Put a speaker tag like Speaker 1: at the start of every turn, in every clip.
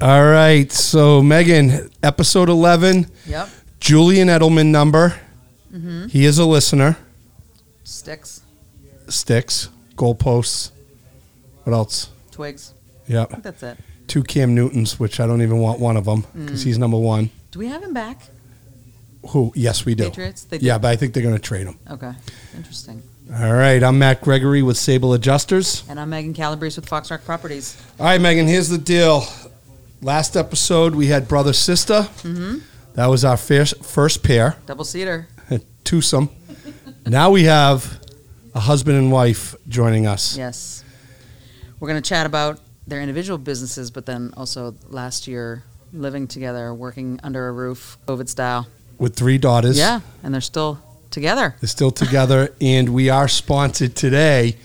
Speaker 1: All right. So, Megan, episode 11,
Speaker 2: Yep.
Speaker 1: Julian Edelman number. He is a listener.
Speaker 2: Sticks,
Speaker 1: Sticks, goalposts. What else?
Speaker 2: twigs.
Speaker 1: Yeah.
Speaker 2: I think that's it.
Speaker 1: Two Cam Newtons, which I don't even want one of them because he's number one.
Speaker 2: Do we have him back?
Speaker 1: Who? Yes, we do.
Speaker 2: Patriots? They
Speaker 1: yeah,
Speaker 2: did.
Speaker 1: but I think they're going to trade him.
Speaker 2: Okay. Interesting.
Speaker 1: All right. I'm Matt Gregory with Sable Adjusters.
Speaker 2: And I'm Megan Calabrese with Fox Rock Properties.
Speaker 1: All right, Megan, here's the deal. Last episode, we had brother sister.
Speaker 2: Mm-hmm.
Speaker 1: That was our first, first pair,
Speaker 2: Double seater.
Speaker 1: twosome. now we have a husband and wife joining us.
Speaker 2: Yes. We're going to chat about their individual businesses, but then also last year living together, working under a roof, COVID style.
Speaker 1: with three daughters.
Speaker 2: Yeah. And they're still together.
Speaker 1: They're still together, and we are sponsored today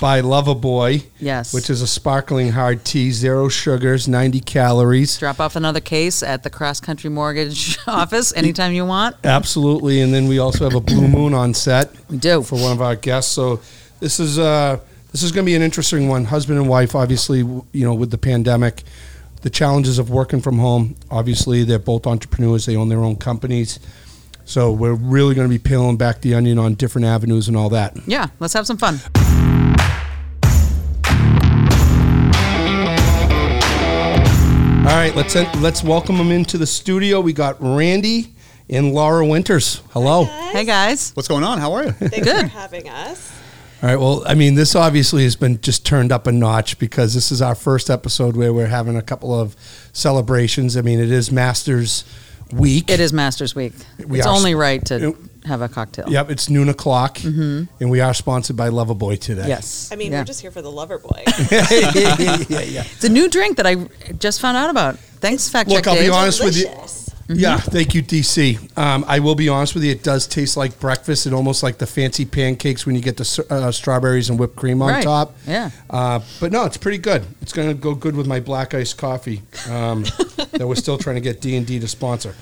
Speaker 1: by Loverboy,
Speaker 2: Yes.
Speaker 1: which is a sparkling hard tea, zero sugars, 90 calories.
Speaker 2: Drop off another case at the Cross Country Mortgage office anytime you want.
Speaker 1: Absolutely. And then we also have a Blue Moon on set
Speaker 2: We do.
Speaker 1: for one of our guests. So this is uh, this is going to be an interesting one. Husband and wife, obviously, w- you know, with the pandemic, the challenges of working from home. Obviously, they're both entrepreneurs. They own their own companies. So we're really going to be peeling back the onion on different avenues and all that.
Speaker 2: Yeah. Let's have some fun.
Speaker 1: All right, let's let's welcome them into the studio. We got Randy and Laura Winters. Hello. All
Speaker 2: Hey, guys.
Speaker 3: What's going on? How are you?
Speaker 4: Thanks
Speaker 2: Good.
Speaker 4: for having us.
Speaker 1: right. Well, I mean, this obviously has been just turned up a notch because this is our first episode where we're having a couple of celebrations. I mean, it is Masters Week.
Speaker 2: It is Masters Week.
Speaker 1: We
Speaker 2: it's
Speaker 1: are-
Speaker 2: only right to
Speaker 1: Yep.
Speaker 2: have a cocktail.
Speaker 1: Yep, it's noon o'clock, and we are sponsored by Loverboy today.
Speaker 2: Mm-hmm. Yes.
Speaker 4: I mean,
Speaker 2: Yeah.
Speaker 4: we're just here for the lover boy.
Speaker 1: yeah, yeah, yeah.
Speaker 2: It's a new drink that I just found out about. Thanks, Fact
Speaker 1: Look,
Speaker 2: Check
Speaker 1: I'll be
Speaker 2: Dave.
Speaker 1: honest with you.
Speaker 4: Delicious.
Speaker 2: Mm-hmm.
Speaker 1: Yeah, thank you, DC. Um, I will be honest with you; it does taste like breakfast and almost like the fancy pancakes when you get the s- uh, strawberries and whipped cream on
Speaker 2: Right.
Speaker 1: top.
Speaker 2: Yeah.
Speaker 1: uh, but no, it's pretty good. It's going to go good with my black iced coffee um, that we're still trying to get D and D to sponsor.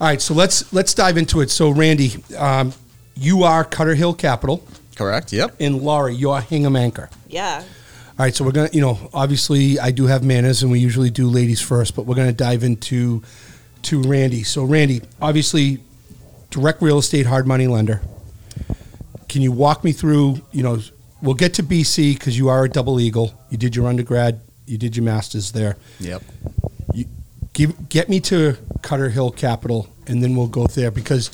Speaker 1: All right, so let's let's dive into it. So, Randy, um, you are Cutter Hill Capital,
Speaker 3: Correct. Yep.
Speaker 1: and Laura, you're Hingham Anchor.
Speaker 4: Yeah.
Speaker 1: All right, so we're gonna, you know, obviously I do have manners, and we usually do ladies first, but we're gonna dive into to Randy. So, Randy, obviously, direct real estate hard money lender. Can you walk me through? You know, we'll get to BC because you are a double eagle. You did your undergrad, you did your masters there.
Speaker 3: Yep.
Speaker 1: Give, get me to Cutter Hill Capital, and then we'll go there because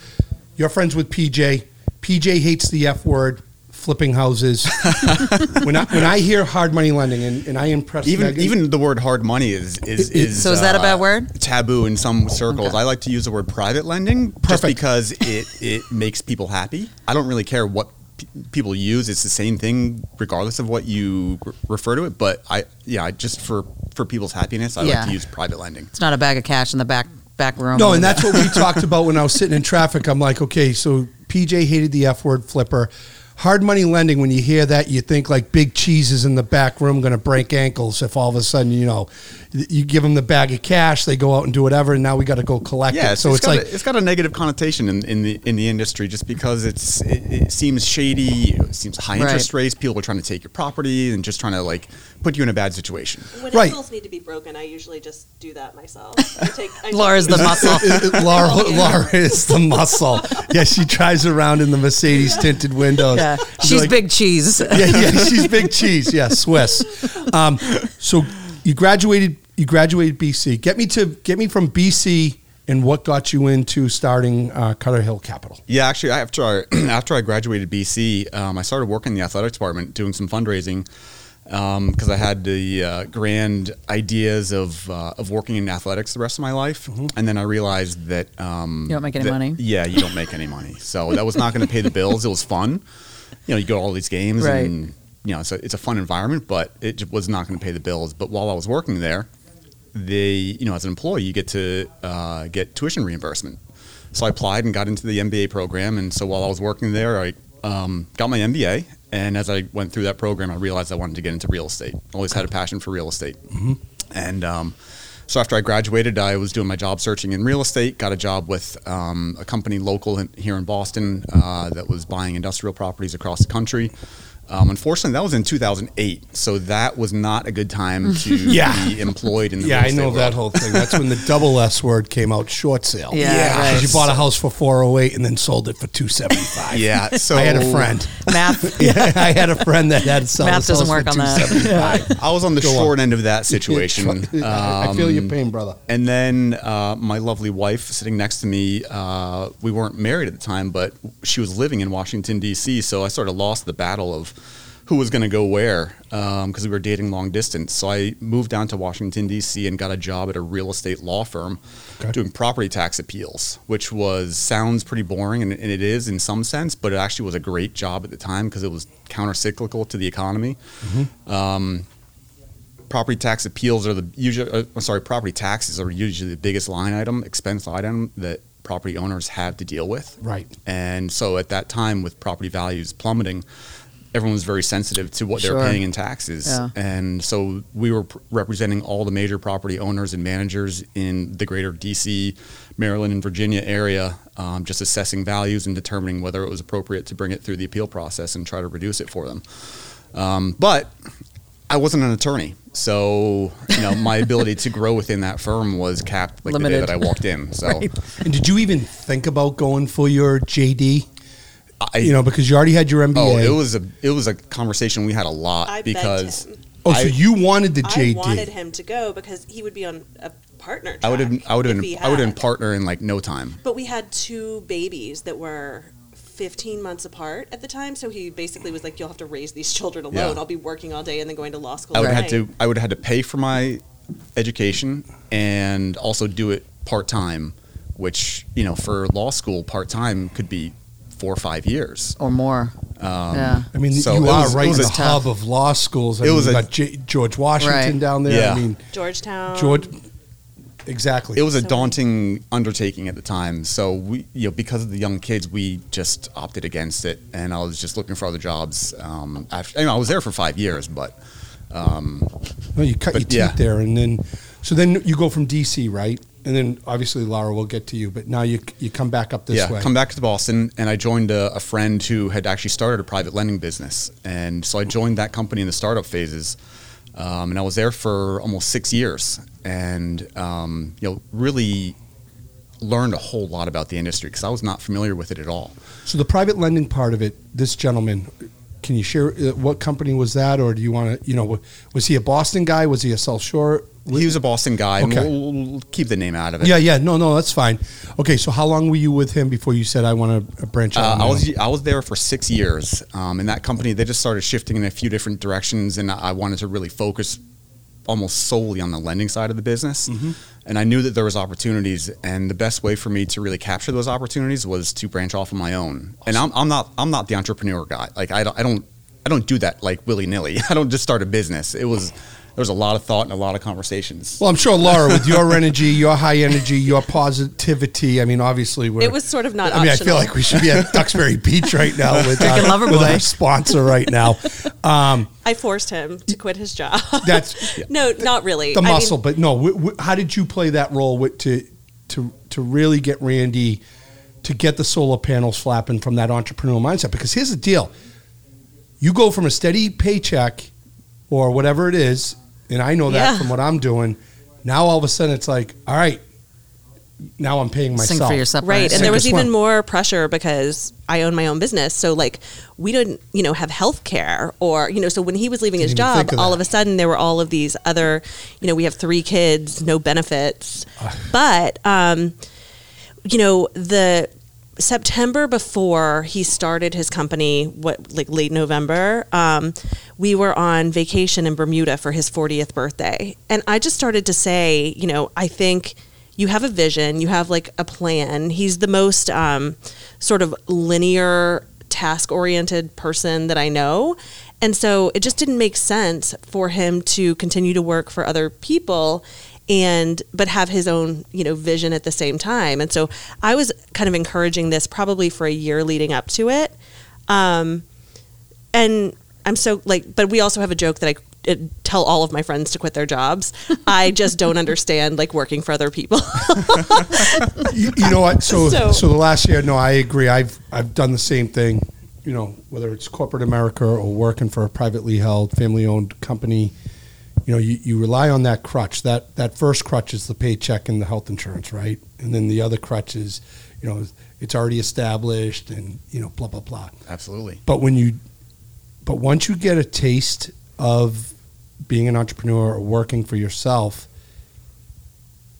Speaker 1: you're friends with PJ. PJ hates the F word, flipping houses. when I when I hear hard money lending, and, and I impress
Speaker 3: Even
Speaker 1: Megan-
Speaker 3: even the word hard money is is,
Speaker 1: It- it-
Speaker 3: is uh,
Speaker 2: So is that a bad word?
Speaker 3: Taboo in some circles.
Speaker 2: Okay.
Speaker 3: I like to use the word private lending
Speaker 1: Perfect.
Speaker 3: just because it it makes people happy. I don't really care what pe- people use. It's the same thing regardless of what you re- refer to it. But I yeah, I just for for people's happiness, I
Speaker 2: Yeah.
Speaker 3: like to use private lending.
Speaker 2: It's not a bag of cash in the back back room.
Speaker 1: no, and that's what we talked about when I was sitting in traffic. I'm like, okay, so PJ hated the F word, flipper. Hard money lending. When you hear that, you think like big cheese is in the back room going to break ankles. If all of a sudden, you know, you give them the bag of cash, they go out and do whatever, and now we got to go collect
Speaker 3: Yeah,
Speaker 1: it. So it's
Speaker 3: got
Speaker 1: like
Speaker 3: a, it's got a negative connotation in, in the in the industry just because it's it, it seems shady, it seems high
Speaker 2: Right.
Speaker 3: interest rates, people are trying to take your property and just trying to like put you in a bad situation.
Speaker 4: When
Speaker 1: Right.
Speaker 4: ankles need to be broken, I usually just do that myself. I take, I take-
Speaker 2: Laura's the muscle.
Speaker 1: Laura,
Speaker 2: Oh,
Speaker 1: Laura is the muscle. Yeah, she drives around in the Mercedes tinted windows.
Speaker 2: yeah.
Speaker 1: She's
Speaker 2: She's
Speaker 1: like-
Speaker 2: big cheese.
Speaker 1: Yeah, yeah, she's big cheese. Yeah, Swiss. Um, so you graduated. You graduated BC. Get me to get me from BC and what got you into starting uh, Cutter Hill Capital.
Speaker 3: Yeah, actually, after I, after I graduated BC, um, I started working in the athletic department doing some fundraising because I had the uh, grand ideas of uh, of working in athletics the rest of my life, and then I realized that um,
Speaker 2: You don't make any
Speaker 3: that-
Speaker 2: money?
Speaker 3: Yeah, you don't make any money, so that was not going to pay the bills. It was fun, you know. You go to all these games,
Speaker 2: Right.
Speaker 3: and you know, it's a, it's a fun environment, but it ju- was not going to pay the bills. But while I was working there, they, you know, as an employee, you get to uh, get tuition reimbursement. So I applied and got into the MBA program. And so while I was working there, I um, got my MBA. And as I went through that program, I realized I wanted to get into real estate. Always had a passion for real estate. And um, so after I graduated, I was doing my job searching in real estate. Got a job with um, a company local in, here in Boston uh, that was buying industrial properties across the country. Um, unfortunately, that was in 2008, so that was not a good time to
Speaker 1: Yeah.
Speaker 3: be employed in the
Speaker 1: Yeah,
Speaker 3: real
Speaker 1: I
Speaker 3: estate
Speaker 1: know
Speaker 3: world.
Speaker 1: that whole thing. That's when the double S word came out, short sale.
Speaker 2: Yeah, Yeah. right.
Speaker 1: 'Cause you bought a house for 408 and then sold it for 275.
Speaker 3: Yeah, so
Speaker 1: I had a friend.
Speaker 2: Math.
Speaker 1: Yeah, I had a friend that had sold
Speaker 2: Math doesn't work on that.
Speaker 3: I was on the short end of that situation. Um,
Speaker 1: I I feel your pain, brother.
Speaker 3: And then uh, my lovely wife sitting next to me, uh, we weren't married at the time, but she was living in Washington, D.C., so I sort of lost the battle of who was going to go where because we were dating long distance. So I moved down to Washington, D.C., and got a job at a real estate law firm
Speaker 1: Okay.
Speaker 3: doing property tax appeals, which was sounds pretty boring, and, and it is in some sense, but it actually was a great job at the time because it was counter cyclical to the economy property tax appeals are the usually. Uh, I'm sorry, property taxes are usually the biggest line item, expense item that property owners have to deal with.
Speaker 1: Right.
Speaker 3: And so at that time, with property values plummeting, everyone was very sensitive to what
Speaker 2: Sure.
Speaker 3: they're paying in taxes.
Speaker 2: Yeah.
Speaker 3: And so we were pr- representing all the major property owners and managers in the greater DC, Maryland, and Virginia area, um, just assessing values and determining whether it was appropriate to bring it through the appeal process and try to reduce it for them. Um, but I wasn't an attorney, so you know my ability to grow within that firm was capped like
Speaker 2: Limited.
Speaker 3: the day that I walked in. So
Speaker 1: And did you even think about going for your JD?
Speaker 3: I,
Speaker 1: you know, because you already had your MBA.
Speaker 3: oh, it was a it was a conversation we had a lot
Speaker 4: I begged
Speaker 3: because
Speaker 4: him.
Speaker 1: Oh, so
Speaker 3: I-
Speaker 1: you wanted the
Speaker 4: I
Speaker 1: JD?
Speaker 4: wanted him to go because he would be on a partner. Track
Speaker 3: I would have I would have
Speaker 4: if
Speaker 3: been
Speaker 4: he
Speaker 3: I would have
Speaker 4: had.
Speaker 3: been partner in like no time.
Speaker 4: But we had two babies that were 15 months apart at the time, so he basically was like, "You'll have to raise these children alone.
Speaker 3: Yeah.
Speaker 4: I'll be working all day and then going to law school."
Speaker 3: I would
Speaker 4: at
Speaker 3: have had
Speaker 4: night."
Speaker 3: to I would have had to pay for my education and also do it part time, which you know for law school part time could be four or five years.
Speaker 2: or more.
Speaker 3: Um,
Speaker 2: yeah.
Speaker 1: I mean,
Speaker 3: So
Speaker 1: you
Speaker 3: it
Speaker 1: are
Speaker 3: was- it
Speaker 1: right in
Speaker 3: was
Speaker 1: the
Speaker 3: a
Speaker 1: hub of law schools. I
Speaker 3: It
Speaker 1: mean,
Speaker 3: was
Speaker 1: you
Speaker 3: a-
Speaker 1: got J- George Washington
Speaker 2: Right.
Speaker 1: down there.
Speaker 3: Yeah.
Speaker 1: I mean,
Speaker 4: Georgetown.
Speaker 1: George. Exactly.
Speaker 3: It was a
Speaker 4: So-
Speaker 3: daunting undertaking at the time. So we, you know, because of the young kids, we just opted against it, and I was just looking for other jobs. Um, after, I, mean, I was there for five years, but um,
Speaker 1: No, you cut
Speaker 3: But
Speaker 1: your teeth
Speaker 3: yeah.
Speaker 1: there, and then so then you go from DC, right? And then obviously Laura will get to you, but now you you come back up this
Speaker 3: yeah,
Speaker 1: way.
Speaker 3: come back to Boston, and I joined a, a friend who had actually started a private lending business, and so I joined that company in the startup phases, um, and I was there for almost six years, and um, you know, really learned a whole lot about the industry because I was not familiar with it at all.
Speaker 1: So the private lending part of it, this gentleman, can you share uh, what company was that, or do you want to? You know, wa- was he a Boston guy? Was he a South Shore?
Speaker 3: He was a Boston guy. and
Speaker 1: Okay.
Speaker 3: We'll, we'll keep the name out of it.
Speaker 1: Yeah, yeah, no, no, that's fine. Okay, so how long were you with him before you said I want to branch out?
Speaker 3: Uh,
Speaker 1: on my
Speaker 3: I
Speaker 1: own?"
Speaker 3: was I was there for six years, um, and that company they just started shifting in a few different directions, and I wanted to really focus almost solely on the lending side of the business.
Speaker 1: Mm-hmm.
Speaker 3: And I knew that there was opportunities, and the best way for me to really capture those opportunities was to branch off on my own. And I'm, I'm not I'm not the entrepreneur guy. Like I don't I don't I don't do that like willy nilly. I don't just start a business. It was there was a lot of thought and a lot of conversations.
Speaker 1: Well, I'm sure Laura, with your energy, your high energy, your positivity. I mean, obviously, we're,
Speaker 4: It was sort of not
Speaker 1: I mean, I feel
Speaker 4: optional.
Speaker 1: like we should be at Duxbury Beach right now with,
Speaker 2: Drinking
Speaker 1: our, with
Speaker 2: Loverboy.
Speaker 1: our sponsor right now. Um,
Speaker 4: I forced him to quit his job.
Speaker 1: that's
Speaker 4: no, not really.
Speaker 1: the
Speaker 4: I mean,
Speaker 1: muscle, but no. W- w- how did you play that role with, to to to really get Randy to get the solar panels flapping from that entrepreneurial mindset? Because here's the deal: you go from a steady paycheck or whatever it is, and I know that
Speaker 2: Yeah.
Speaker 1: from what I'm doing. Now all of a sudden, it's like, all right, now I'm paying myself.
Speaker 2: Sing for your supper.
Speaker 4: Right.
Speaker 1: Sink
Speaker 4: And there
Speaker 1: or
Speaker 4: was
Speaker 1: swim.
Speaker 4: even more pressure because I own my own business. So, like, we didn't, you know, have health care or, you know, so when he was leaving his
Speaker 1: Didn't even
Speaker 4: job,
Speaker 1: think of
Speaker 4: all
Speaker 1: that.
Speaker 4: of a sudden there were all of these other, you know, we have three kids, no benefits. But, um, you know, the September before he started his company, what, like late November, um, we were on vacation in Bermuda for his 40th birthday. And I just started to say, you know, I think you have a vision, you have like a plan. He's the most um, sort of linear, task oriented person that I know. And so it just didn't make sense for him to continue to work for other people and but have his own you know vision at the same time and so i was kind of encouraging this probably for a year leading up to it um, and i'm so like but we also have a joke that i uh, tell all of my friends to quit their jobs i just don't understand like working for other people
Speaker 1: you, you know what? So, so
Speaker 4: So-
Speaker 1: the last year, no, I agree. I've I've done the same thing. you know, whether it's corporate America or working for a privately held, family owned company, you know, you, you rely on that crutch. That that first crutch is the paycheck and the health insurance, right? And then the other crutch is, you know, it's already established and you know, blah blah blah.
Speaker 3: Absolutely.
Speaker 1: But when you, but once you get a taste of being an entrepreneur or working for yourself,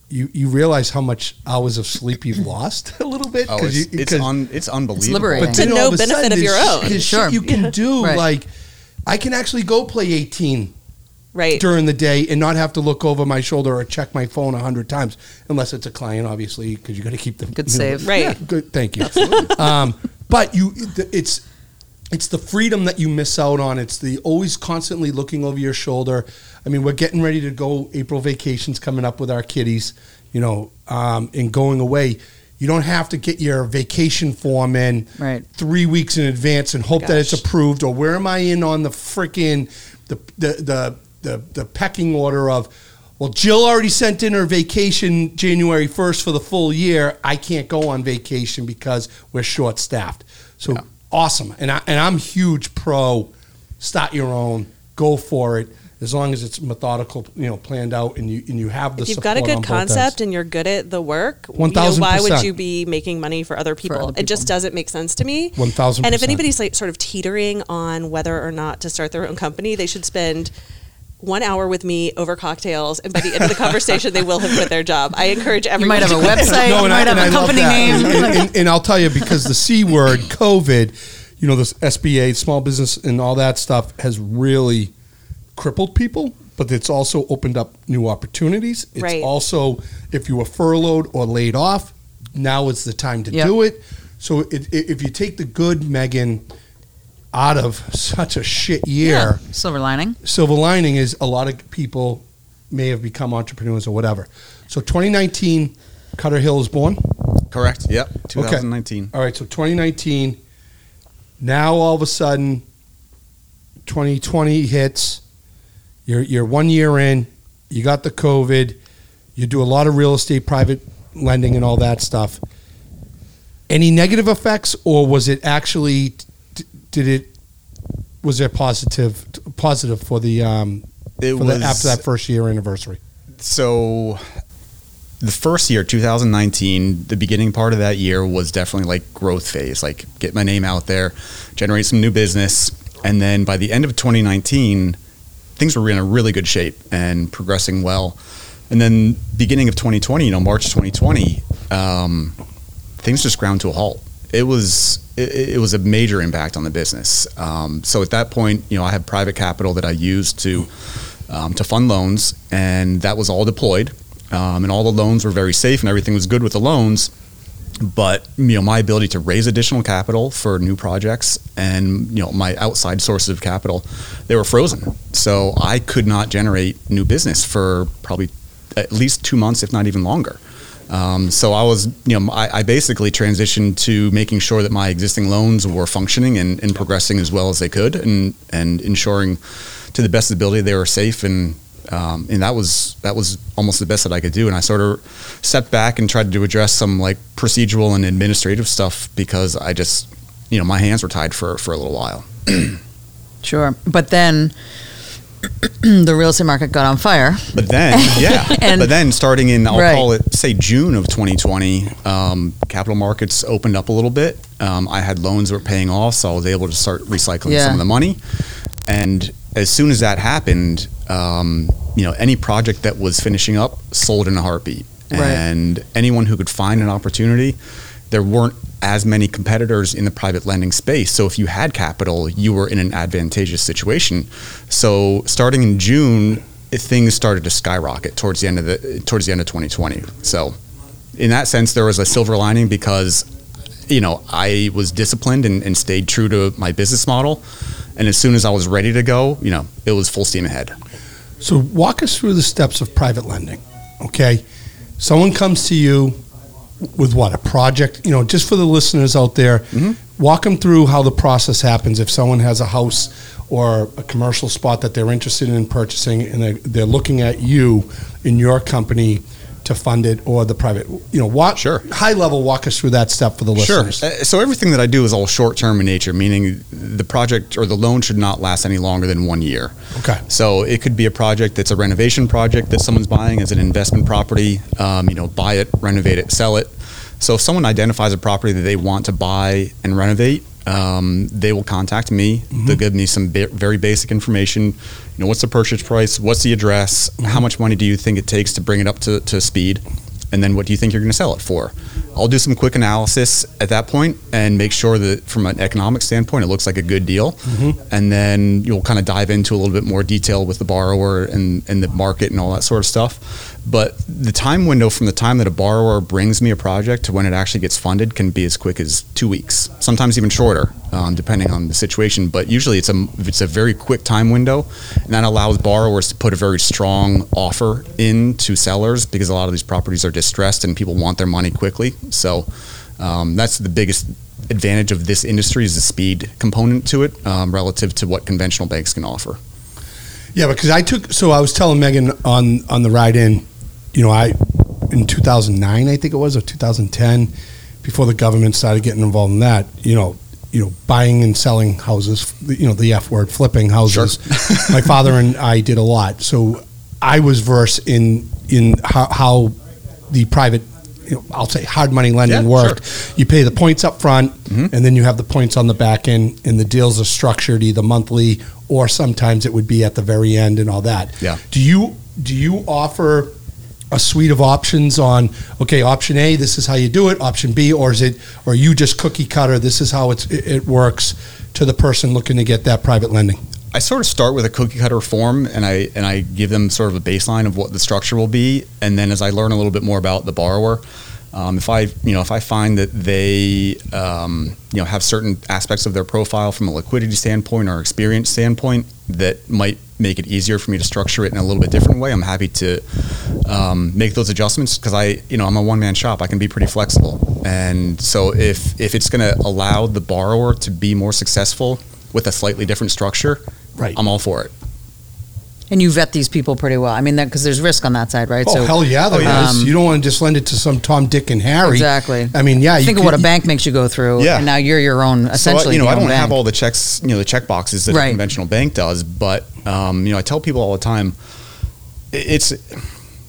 Speaker 1: you you realize how much hours of sleep you've lost a little bit.
Speaker 3: Oh,
Speaker 1: 'cause
Speaker 3: it's,
Speaker 1: you-
Speaker 3: it's,
Speaker 1: 'cause-
Speaker 3: un, it's unbelievable.
Speaker 2: liberating.
Speaker 1: but
Speaker 4: To
Speaker 1: then
Speaker 4: no
Speaker 1: all of a
Speaker 4: benefit
Speaker 1: sudden
Speaker 4: of your
Speaker 1: there's-
Speaker 4: own.
Speaker 1: there's
Speaker 2: Sure.
Speaker 1: shit you can do
Speaker 2: Right.
Speaker 1: like, I can actually go play eighteen
Speaker 4: right?
Speaker 1: during the day and not have to look over my shoulder or check my phone a hundred times, unless it's a client, obviously, because you got to keep the
Speaker 2: Good
Speaker 1: you know,
Speaker 2: save.
Speaker 4: Right.
Speaker 1: yeah, good. Thank you. um, but you, it's it's the freedom that you miss out on. It's the always constantly looking over your shoulder. I mean, we're getting ready to go. April vacations coming up with our kiddies, you know, um, and going away. You don't have to get your vacation form in
Speaker 2: Right.
Speaker 1: three weeks in advance and hope that it's
Speaker 4: Gosh.
Speaker 1: approved. Or where am I in on the freaking the the the the, the pecking order of? Well, Jill already sent in her vacation January first for the full year. I can't go on vacation because we're short staffed. So awesome, and I and I'm huge pro. Start your own, go for it. As long as it's methodical, you know, planned out, and you and you have the
Speaker 4: if you've got a
Speaker 1: support on
Speaker 4: good
Speaker 1: both ends.
Speaker 4: concept and you're good at the work, you know,
Speaker 1: 1000%.
Speaker 4: why would you be making money for other people?
Speaker 2: other
Speaker 4: It just doesn't make sense to me.
Speaker 1: 1000%.
Speaker 4: And if anybody's like sort of teetering on whether or not to start their own company, they should spend one hour with me over cocktails, and by the end of the conversation, they will have quit their job. I encourage
Speaker 2: You
Speaker 4: everyone.
Speaker 2: might have
Speaker 4: to
Speaker 2: a
Speaker 4: quit their-
Speaker 2: website. you might have a
Speaker 1: love
Speaker 2: company
Speaker 1: that.
Speaker 2: name.
Speaker 1: And, and- and- and I'll tell you because the C word, COVID, you know, this SBA, small business, and all that stuff has really crippled people, but it's also opened up new opportunities. It's
Speaker 4: Right.
Speaker 1: also, if you were furloughed or laid off, now is the time to
Speaker 2: Yep.
Speaker 1: do it. So it, i if you take the good, Megan, out of such a shit year,
Speaker 2: Silver lining.
Speaker 1: silver lining is a lot of people may have become entrepreneurs or whatever. So 2019, Cutter Hill is born.
Speaker 3: Correct. Yep.
Speaker 1: Okay.
Speaker 3: 2019.
Speaker 1: All right, so 2019. Now all of a sudden, 2020 hits. You're you're one year in. You got the COVID. You do a lot of real estate, private lending, and all that stuff. Any negative effects, or was it actually? d- Did it? Was there positive positive for the um
Speaker 3: It
Speaker 1: for
Speaker 3: was-
Speaker 1: the, after that first year anniversary?
Speaker 3: so the first year 2019 the beginning part of that year was definitely like growth phase like get my name out there generate some new business and then by the end of 2019 things were in a really good shape and progressing well and then beginning of 2020 you know march 2020 um, things just ground to a halt it was it, it was a major impact on the business um, so at that point you know i had private capital that i used to um, to fund loans, and that was all deployed. Um, and all the loans were very safe, and everything was good with the loans. But you know, my ability to raise additional capital for new projects, and you know, my outside sources of capital, they were frozen. So I could not generate new business for probably at least two months, if not even longer. Um, so I was, you know, I, I basically transitioned to making sure that my existing loans were functioning and, and progressing as well as they could, and and ensuring to the best of the ability they were safe and. Um, and that was that was almost the best that I could do, and I sort of stepped back and tried to address some like procedural and administrative stuff because I just, you know, my hands were tied for for a little while.
Speaker 2: Sure. But then the real estate market got on fire.
Speaker 3: But then, yeah.
Speaker 2: And-
Speaker 3: but then, starting in, I'll
Speaker 2: Right.
Speaker 3: call it, say, June of 2020, um, capital markets opened up a little bit. Um, I had loans that were paying off, so I was able to start recycling
Speaker 2: Yeah.
Speaker 3: some of the money. And as soon as that happened, um, you know, any project that was finishing up sold in a heartbeat.
Speaker 2: Right.
Speaker 3: And anyone who could find an opportunity, there weren't as many competitors in the private lending space. So if you had capital, you were in an advantageous situation. So starting in June, it- things started to skyrocket towards the end of the towards the end of 2020. So in that sense, there was a silver lining because you know I was disciplined and, and stayed true to my business model. And as soon as I was ready to go, you know, it was full steam ahead.
Speaker 1: So walk us through the steps of private lending. Okay, someone comes to you with what a project. You know, just for the listeners out there, walk them through how the process happens. If someone has a house or a commercial spot that they're interested in purchasing, and they're, they're looking at you in your company to fund it or the private? You know, walk,
Speaker 3: Sure.
Speaker 1: high level, walk us through that step for the listeners.
Speaker 3: Sure. Uh, So everything that I do is all short term in nature, meaning the project or the loan should not last any longer than one year.
Speaker 1: Okay.
Speaker 3: So it could be a project that's a renovation project that someone's buying as an investment property. Um, you know, buy it, renovate it, sell it. So if someone identifies a property that they want to buy and renovate, um, they will contact me. They'll give me some ba- very basic information. You know, what's the purchase price? What's the address? How much money do you think it takes to bring it up to, to speed? and then what do you think you're going to sell it for? I'll do some quick analysis at that point and make sure that from an economic standpoint it looks like a good deal. And then you'll kind of dive into a little bit more detail with the borrower and, and the market and all that sort of stuff. But the time window from the time that a borrower brings me a project to when it actually gets funded can be as quick as two weeks, sometimes even shorter, um, depending on the situation. But usually it's a, it's a very quick time window, and that allows borrowers to put a very strong offer in to sellers because a lot of these properties are distressed and people want their money quickly. So um, that's the biggest advantage of this industry is the speed component to it um, relative to what conventional banks can offer.
Speaker 1: Yeah, because I took. So I was telling Megan on on the ride in, you know, I in 2009, I think it was, or 2010, before the government started getting involved in that. You know, you know, buying and selling houses. You know, the F word, flipping houses. My father and I did a lot, so I was versed in in how, how the private. You know, I'll say hard money lending
Speaker 3: Yeah,
Speaker 1: worked. You pay the points up front, and then you have the points on the back end, and the deals are structured either monthly or sometimes it would be at the very end and all that.
Speaker 3: Yeah.
Speaker 1: Do you do you offer a suite of options on okay, option A, this is how you do it, option B, or is it or you just cookie cutter? This is how it's, it, it works to the person looking to get that private lending.
Speaker 3: I sort of start with a cookie cutter form, and I and I give them sort of a baseline of what the structure will be, and then as I learn a little bit more about the borrower, um, if I you know if I find that they um, you know have certain aspects of their profile from a liquidity standpoint or experience standpoint that might make it easier for me to structure it in a little bit different way, I'm happy to um, make those adjustments because I you know I'm a one man shop. I can be pretty flexible, and so if if it's going to allow the borrower to be more successful with a slightly different structure,
Speaker 1: Right.
Speaker 3: I'm all for it.
Speaker 2: And you vet these people pretty well. I mean, because there's risk on that side, right?
Speaker 1: Oh hell yeah, there is.
Speaker 2: um,
Speaker 1: you don't want to just lend it to some Tom, Dick, and Harry.
Speaker 2: Exactly.
Speaker 1: I mean, yeah.
Speaker 2: Think of
Speaker 1: could-
Speaker 2: what a bank makes you go through,
Speaker 3: Yeah.
Speaker 2: and now you're your own. Essentially,
Speaker 3: so, I- you know,
Speaker 2: your
Speaker 3: I
Speaker 2: own
Speaker 3: don't
Speaker 2: bank.
Speaker 3: have all the checks, you know, the check boxes that
Speaker 2: Right.
Speaker 3: a conventional bank does, but um, you know, I tell people all the time, i- it's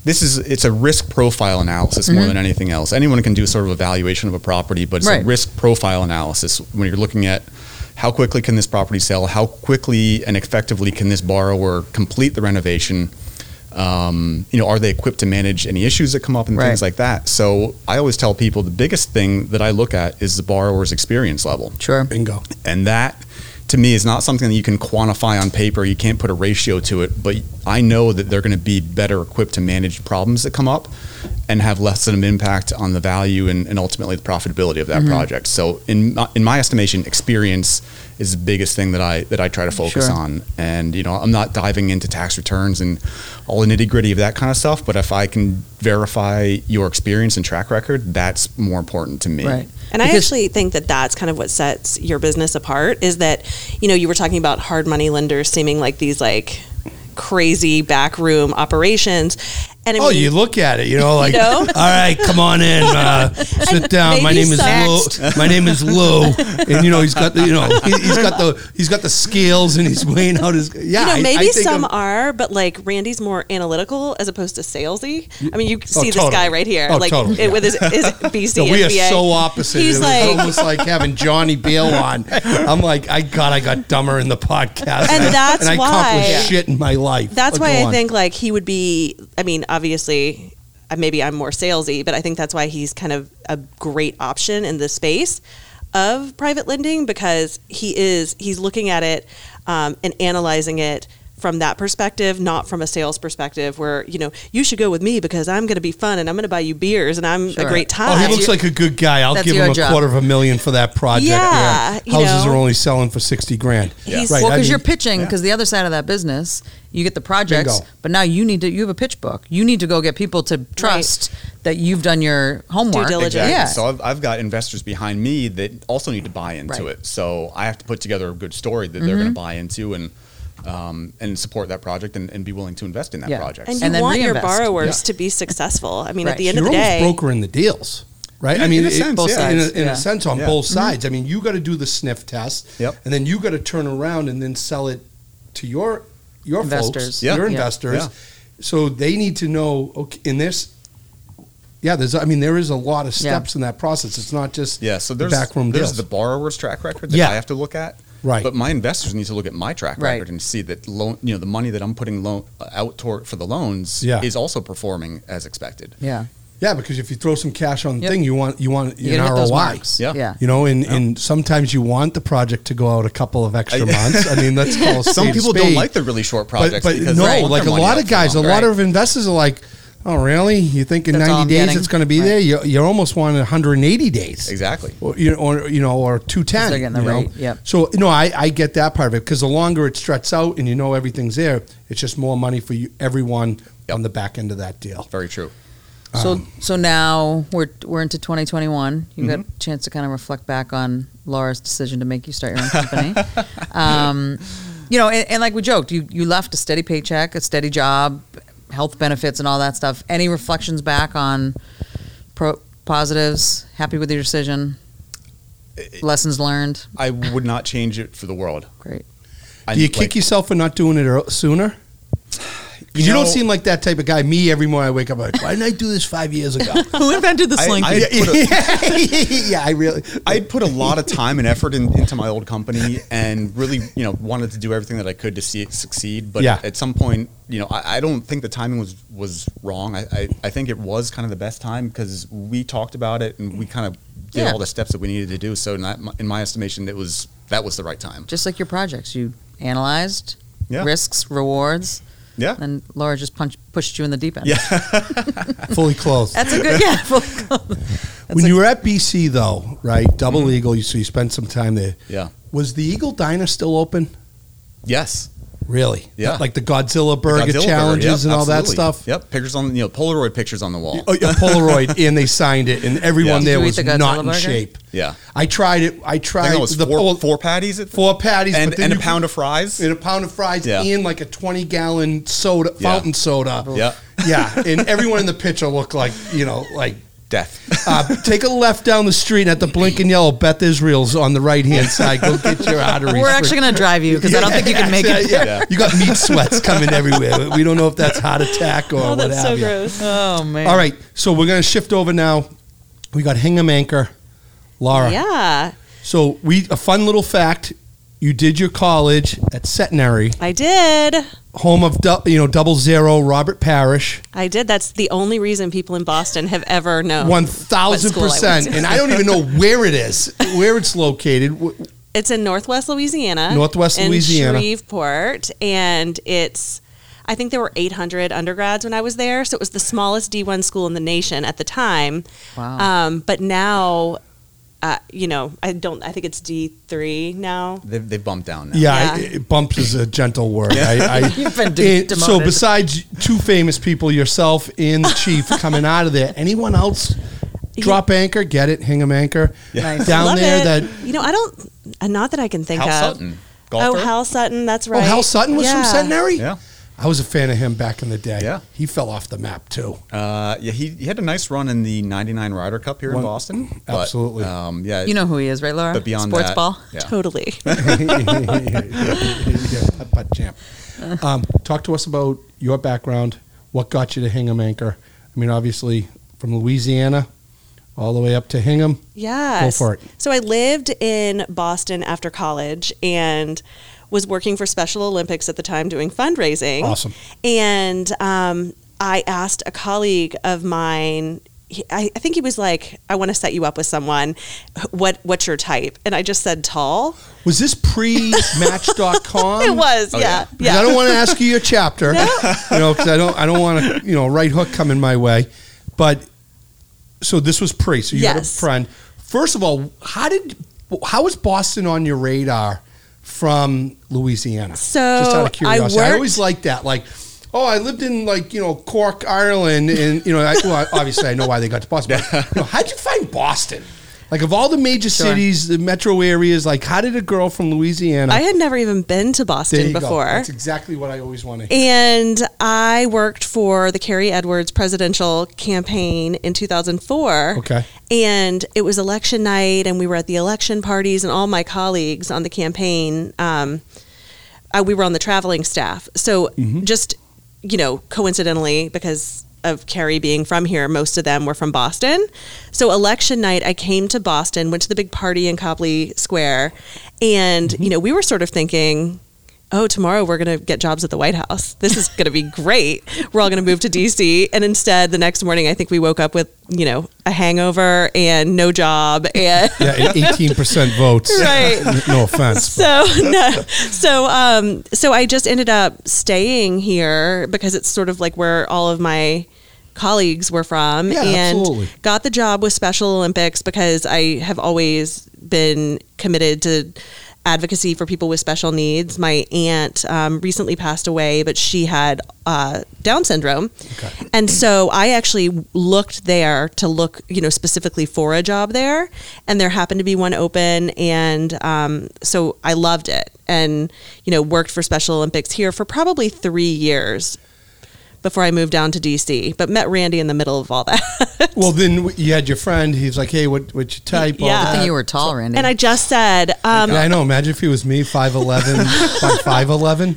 Speaker 3: this is it's a risk profile analysis more than anything else. Anyone can do sort of evaluation of a property, but it's
Speaker 2: Mm-hmm. Right.
Speaker 3: a risk profile analysis when you're looking at how quickly can this property sell, how quickly and effectively can this borrower complete the renovation. Um, you know, are they equipped to manage any issues that come up and
Speaker 2: Right.
Speaker 3: things like that? So I always tell people the biggest thing that I look at is the borrower's experience level.
Speaker 2: Sure.
Speaker 1: bingo.
Speaker 3: And that to me is not something that you can quantify on paper. You can't put a ratio to it, but I know that they're going to be better equipped to manage problems that come up and have less of an impact on the value and, and ultimately the profitability of that
Speaker 2: Mm-hmm.
Speaker 3: project. So in my, in my estimation, experience is the biggest thing that I that I try to focus
Speaker 2: Sure.
Speaker 3: on. And you know, I'm not diving into tax returns and all the nitty gritty of that kind of stuff, but if I can verify your experience and track record, that's more important to me.
Speaker 2: Right.
Speaker 4: And I
Speaker 2: Because-
Speaker 4: actually think that that's kind of what sets your business apart is that, you know, you were talking about hard money lenders seeming like these like crazy backroom operations. And I
Speaker 1: Oh,
Speaker 4: mean,
Speaker 1: you look at it, you know, like,
Speaker 4: know?
Speaker 1: all right, come on in, uh, sit down. My
Speaker 4: maybe
Speaker 1: name is
Speaker 4: some-
Speaker 1: Lou. My name is Lou, and you know he's got the, you know he, he's got the he's got the scales and he's weighing out his yeah.
Speaker 4: you
Speaker 1: I-
Speaker 4: know,
Speaker 1: I
Speaker 4: maybe
Speaker 1: think
Speaker 4: some
Speaker 1: I'm-
Speaker 4: are, but like Randy's more analytical as opposed to salesy. I mean, you see this
Speaker 1: Oh, totally.
Speaker 4: guy right here,
Speaker 1: Oh,
Speaker 4: like
Speaker 1: totally,
Speaker 4: it- with his, his BC.
Speaker 1: No, we are
Speaker 4: MBA.
Speaker 1: so opposite.
Speaker 4: He's
Speaker 1: it was
Speaker 4: like,
Speaker 1: almost like having Johnny Bale on. I'm like, I God, I got dumber in the podcast,
Speaker 4: And
Speaker 1: I-
Speaker 4: that's
Speaker 1: and I
Speaker 4: why-
Speaker 1: accomplished shit in my life.
Speaker 4: That's
Speaker 1: Oh,
Speaker 4: why
Speaker 1: go
Speaker 4: I
Speaker 1: on.
Speaker 4: think like he would be. I mean, obviously, uh, maybe I'm more salesy, but I think that's why he's kind of a great option in the space of private lending because he is he's looking at it um, and analyzing it from that perspective not from a sales perspective where you know you should go with me because i'm going to be fun and i'm going to buy you beers and i'm
Speaker 2: Sure.
Speaker 4: a great
Speaker 1: Oh,
Speaker 4: time
Speaker 1: he looks like a good guy. I'll
Speaker 2: That's
Speaker 1: give
Speaker 2: your
Speaker 1: him a
Speaker 2: job.
Speaker 1: quarter of a million for that project.
Speaker 4: Yeah, you
Speaker 1: houses
Speaker 4: know.
Speaker 1: are only selling for sixty grand.
Speaker 4: He's-
Speaker 1: Right,
Speaker 2: Well,
Speaker 1: I
Speaker 2: because
Speaker 1: mean-
Speaker 2: you're pitching, because the other side of that business, you get the projects,
Speaker 1: Bingo.
Speaker 2: but now you need to. You have a pitch book. You need to go get people to trust that you've done your homework.
Speaker 4: diligence.
Speaker 3: Exactly.
Speaker 2: Yeah.
Speaker 3: So I've, I've got investors behind me that also need to buy into
Speaker 2: Right. Mm-hmm.
Speaker 3: it. So I have to put together a good story that they're going to buy into, and um, and support that project and, and be willing to invest in that
Speaker 2: Yeah.
Speaker 3: project.
Speaker 4: And
Speaker 2: And
Speaker 4: you
Speaker 2: then
Speaker 4: want your
Speaker 2: reinvest.
Speaker 4: borrowers
Speaker 3: Yeah.
Speaker 4: to be successful. I mean, at
Speaker 2: Right.
Speaker 4: the end
Speaker 1: You're
Speaker 4: of the
Speaker 1: almost
Speaker 4: day,
Speaker 1: brokering the deals, right?
Speaker 3: Yeah,
Speaker 1: I mean,
Speaker 3: in a sense,
Speaker 1: both
Speaker 3: yeah.
Speaker 1: sides. In, a,
Speaker 2: sides,
Speaker 1: in
Speaker 2: yeah.
Speaker 1: a sense, on
Speaker 3: Yeah. Mm-hmm.
Speaker 1: both sides. I mean, you got to do the sniff test,
Speaker 3: Yep.
Speaker 1: and then you got to turn around and then sell it to your your
Speaker 2: Investors.
Speaker 1: folks,
Speaker 3: Yeah.
Speaker 1: your
Speaker 3: Yeah.
Speaker 1: investors.
Speaker 3: Yeah.
Speaker 1: So they need to know. Okay, in this, yeah, there's. I mean, there is a lot of
Speaker 2: Yeah.
Speaker 1: steps in that process. It's not just
Speaker 3: Yeah, so
Speaker 1: the
Speaker 3: there's
Speaker 1: backroom
Speaker 3: there's
Speaker 1: deals.
Speaker 3: the borrower's track record that
Speaker 1: Yeah.
Speaker 3: I have to look at.
Speaker 1: Right.
Speaker 3: But my investors need to look at my track
Speaker 2: Right.
Speaker 3: record and see that loan, you know, the money that I'm putting loan out toward for the loans
Speaker 1: Yeah.
Speaker 3: is also performing as expected.
Speaker 2: Yeah.
Speaker 1: yeah, because if you throw some cash on the
Speaker 2: Yep.
Speaker 1: thing, you want you want
Speaker 2: You
Speaker 1: an
Speaker 2: gotta hit
Speaker 1: ROI.
Speaker 2: those marks.
Speaker 3: Yeah.
Speaker 2: Yeah.
Speaker 1: You know, and, and sometimes you want the project to go out a couple of extra months. I mean, let's call a
Speaker 3: Some
Speaker 1: spade a
Speaker 3: people don't
Speaker 1: spade.
Speaker 3: like the really short projects
Speaker 1: But, but
Speaker 3: because
Speaker 1: no,
Speaker 3: they don't want
Speaker 1: like a
Speaker 3: their money
Speaker 1: lot
Speaker 3: out
Speaker 1: of
Speaker 3: for
Speaker 1: guys, a
Speaker 3: long.
Speaker 1: lot
Speaker 2: Right.
Speaker 1: of investors are like, "Oh, really? You think in
Speaker 2: That's all
Speaker 1: 90 days
Speaker 2: I'm getting."
Speaker 1: it's going to be
Speaker 2: Right.
Speaker 1: there? You, you almost want 180 days,
Speaker 3: Exactly.
Speaker 1: Or you know, or you know, or 210.
Speaker 2: They're getting the
Speaker 1: you know?
Speaker 2: rate, yep.
Speaker 1: So no, I, I get that part of it because the longer it stretches out and you know everything's there, it's just more money for you, everyone
Speaker 3: Yep.
Speaker 1: on the back end of that deal.
Speaker 3: Very true.
Speaker 2: So
Speaker 3: Um,
Speaker 2: so now we're we're into 2021. You got
Speaker 3: Mm-hmm.
Speaker 2: a chance to kind of reflect back on Laura's decision to make you start your own company. um, you know, and, and like we joked, you you left a steady paycheck, a steady job, health benefits, and all that stuff. Any reflections back on pro- positives? Happy with your decision? Lessons learned?
Speaker 3: I would not change it for the world.
Speaker 2: Great.
Speaker 3: I,
Speaker 1: Do you
Speaker 3: like,
Speaker 1: kick yourself for not doing it ear- sooner? Because you,
Speaker 3: know,
Speaker 1: don't seem like that type of guy. Me, every morning I wake up, I'm like, why didn't I do this five years ago?
Speaker 4: who invented the
Speaker 3: I-
Speaker 4: slinky?
Speaker 3: I put a-
Speaker 1: yeah, I really.
Speaker 3: I put a lot of time and effort in, into my old company, and really, you know, wanted to do everything that I could to see it succeed. But
Speaker 1: Yeah.
Speaker 3: at some point, you know, I, I don't think the timing was was wrong. I, I, I think it was kind of the best time because we talked about it and we kind of did
Speaker 2: Yeah.
Speaker 3: all the steps that we needed to do. So, in, that, in my estimation, it was that was the right time.
Speaker 2: Just like your projects, you analyzed
Speaker 3: Yeah.
Speaker 2: risks, rewards,
Speaker 3: Yeah,
Speaker 2: and Laura just punched, pushed you in the deep end.
Speaker 3: Yeah.
Speaker 1: fully clothed.
Speaker 2: That's a good yeah. full-
Speaker 1: when you were at BC, though, right? Double Eagle, you, so you spent some time there.
Speaker 3: Mm-hmm. yeah,
Speaker 1: Was the Eagle Diner still open?
Speaker 3: yes.
Speaker 1: Really?
Speaker 3: Yeah.
Speaker 1: Like the Godzilla burger
Speaker 3: Godzilla burger,
Speaker 1: challenges
Speaker 3: yep,
Speaker 1: and all
Speaker 3: absolutely.
Speaker 1: that stuff?
Speaker 3: Yep, pictures on you know Polaroid pictures on the wall.
Speaker 1: Oh, yeah, Polaroid, and they signed it, and everyone there
Speaker 2: Did you
Speaker 3: Yeah.
Speaker 2: eat
Speaker 1: was
Speaker 2: the Godzilla
Speaker 1: not in
Speaker 2: burger?
Speaker 1: shape.
Speaker 3: Yeah.
Speaker 1: I tried it. I
Speaker 3: I
Speaker 1: tried
Speaker 3: think it was
Speaker 1: the
Speaker 3: four,
Speaker 1: Pol-
Speaker 3: four patties at
Speaker 1: four patties
Speaker 3: and,
Speaker 1: but then
Speaker 3: and a
Speaker 1: you-
Speaker 3: pound of fries.
Speaker 1: and a pound of fries
Speaker 3: Yeah.
Speaker 1: and like a 20 gallon soda,
Speaker 3: Yeah.
Speaker 1: fountain soda.
Speaker 3: Yeah.
Speaker 1: Yeah. And everyone in the picture looked like, you know, like
Speaker 3: Death.
Speaker 1: Uh, take a left down the street at the blinking yellow. Beth Israel's on the right hand side. Go get your arteries.
Speaker 2: We're actually going to drive you because I don't think you can make it.
Speaker 1: Yeah,
Speaker 3: Yeah.
Speaker 1: You got meat sweats coming everywhere. We don't know if that's heart attack or
Speaker 4: oh,
Speaker 1: what
Speaker 4: that's so
Speaker 1: have you.
Speaker 4: gross.
Speaker 2: Oh man!
Speaker 1: All right, so we're gonna shift over now. We got Hingham anchor, Laura.
Speaker 4: Yeah,
Speaker 1: So we a fun little fact. You did your college at Centenary,
Speaker 4: I did.
Speaker 1: home of dou- you know double zero Robert Parrish.
Speaker 4: I did. That's the only reason people in Boston have ever
Speaker 2: Oh,
Speaker 4: known.
Speaker 1: One
Speaker 4: what
Speaker 1: thousand
Speaker 4: school I went
Speaker 1: percent,
Speaker 4: to.
Speaker 1: and I don't even know where it is, where it's located. W-
Speaker 4: It's in Northwest Louisiana.
Speaker 1: Northwest
Speaker 4: in
Speaker 1: Louisiana.
Speaker 4: Shreveport, and it's. I think there were 800 undergrads when I was there, so it was the smallest D1 school in the nation at the time.
Speaker 2: Wow.
Speaker 4: Um, but now, uh, you know, I don't. I think it's D3 now.
Speaker 3: They've, they've bumped down now.
Speaker 1: Yeah,
Speaker 4: Yeah.
Speaker 1: I- it bumps is a gentle word. I, I,
Speaker 2: You've been de-
Speaker 1: and so
Speaker 2: demoted.
Speaker 1: besides two famous people, yourself and the chief coming out of there, anyone else? Drop anchor, get it, Hingham anchor
Speaker 2: Nice.
Speaker 1: down
Speaker 4: Love
Speaker 1: there.
Speaker 4: it.
Speaker 1: That
Speaker 4: you know, I don't. uh, Not that I can think
Speaker 3: Hal
Speaker 4: of.
Speaker 3: Sutton, golfer.
Speaker 4: Oh, Hal Sutton. That's
Speaker 1: oh,
Speaker 4: right.
Speaker 1: Hal Sutton was from
Speaker 4: Yeah.
Speaker 1: Centenary.
Speaker 3: Yeah.
Speaker 1: I was a fan of him back in the day.
Speaker 3: Yeah.
Speaker 1: he fell off the map too.
Speaker 3: Uh, yeah, he, he had a nice run in the 99 Ryder Cup here
Speaker 1: One-
Speaker 3: in Boston.
Speaker 1: absolutely.
Speaker 3: Um, yeah.
Speaker 2: You know who he is, right, Laura?
Speaker 3: but beyond
Speaker 2: sports
Speaker 3: that,
Speaker 2: ball.
Speaker 3: yeah.
Speaker 4: Totally.
Speaker 1: yeah, putt champ. Um, talk to us about your background. What got you to Hingham anchor? I mean, obviously from Louisiana all the way up to Hingham.
Speaker 4: Yeah.
Speaker 1: Go for it.
Speaker 4: So I lived in Boston after college and was working for Special Olympics at the time doing fundraising.
Speaker 1: Awesome.
Speaker 4: And um, I asked a colleague of mine. he- I, I think he was like, "I want to set you up with someone. What what's your type?" And I just said tall.
Speaker 1: Was this pre match.com?
Speaker 4: It
Speaker 1: oh,
Speaker 4: was, yeah, yeah.
Speaker 1: I don't want to ask you your chapter, you know, because I don't, I don't want to, you know, right hook coming my way. But so this was pre. So you had a
Speaker 4: Yes.
Speaker 1: friend. First of all, how did, how was Boston on your radar from Louisiana?
Speaker 4: So,
Speaker 1: just out of
Speaker 4: I
Speaker 1: curiosity, I,
Speaker 4: worked-
Speaker 1: always like that. Like, oh, I lived in like you know Cork, Ireland, and you know, I, well, obviously I know why they got to Boston. But, you know, how'd you find Boston? Like of all the major
Speaker 2: Sure.
Speaker 1: cities, the metro areas, like how did a girl from Louisiana?
Speaker 4: I had never even been to Boston
Speaker 1: go.
Speaker 4: before.
Speaker 1: That's exactly what I always wanted.
Speaker 4: And I worked for the Kerry Edwards presidential campaign in 2004.
Speaker 1: Okay.
Speaker 4: And it was election night, and we were at the election parties, and all my colleagues on the campaign, um, uh, we were on the traveling staff. So just, you know, coincidentally, because of Kerry being from here, most of them were from Boston. So election night, I came to Boston, went to the big party in Copley Square, and, you know, we were sort of thinking, oh, tomorrow we're going to get jobs at the White House. This is going to be great. We're all going to move to DC. And instead, the next morning, I think we woke up with, you know, a hangover and no job. And
Speaker 1: Yeah, eighteen percent votes.
Speaker 4: Right.
Speaker 1: No offense.
Speaker 4: so, no, so, um, so I just ended up staying here because it's sort of like where all of my colleagues were from
Speaker 1: Yeah,
Speaker 4: and
Speaker 1: absolutely.
Speaker 4: got the job with Special Olympics because I have always been committed to advocacy for people with special needs. My aunt um, recently passed away, but she had uh, Down syndrome. And so I actually looked there to look, you know, specifically for a job there. And there happened to be one open. And um, so I loved it and, you know, worked for Special Olympics here for probably three years. Before I moved down to DC, but met Randy in the middle of all that.
Speaker 1: Well, then w- you had your friend. He's like, "Hey, what what you type?" all
Speaker 4: Yeah.
Speaker 2: I
Speaker 1: that.
Speaker 2: think you were tall, Randy.
Speaker 4: And I just said, um,
Speaker 1: Yeah, I know. Imagine if he was me, five eleven, five eleven.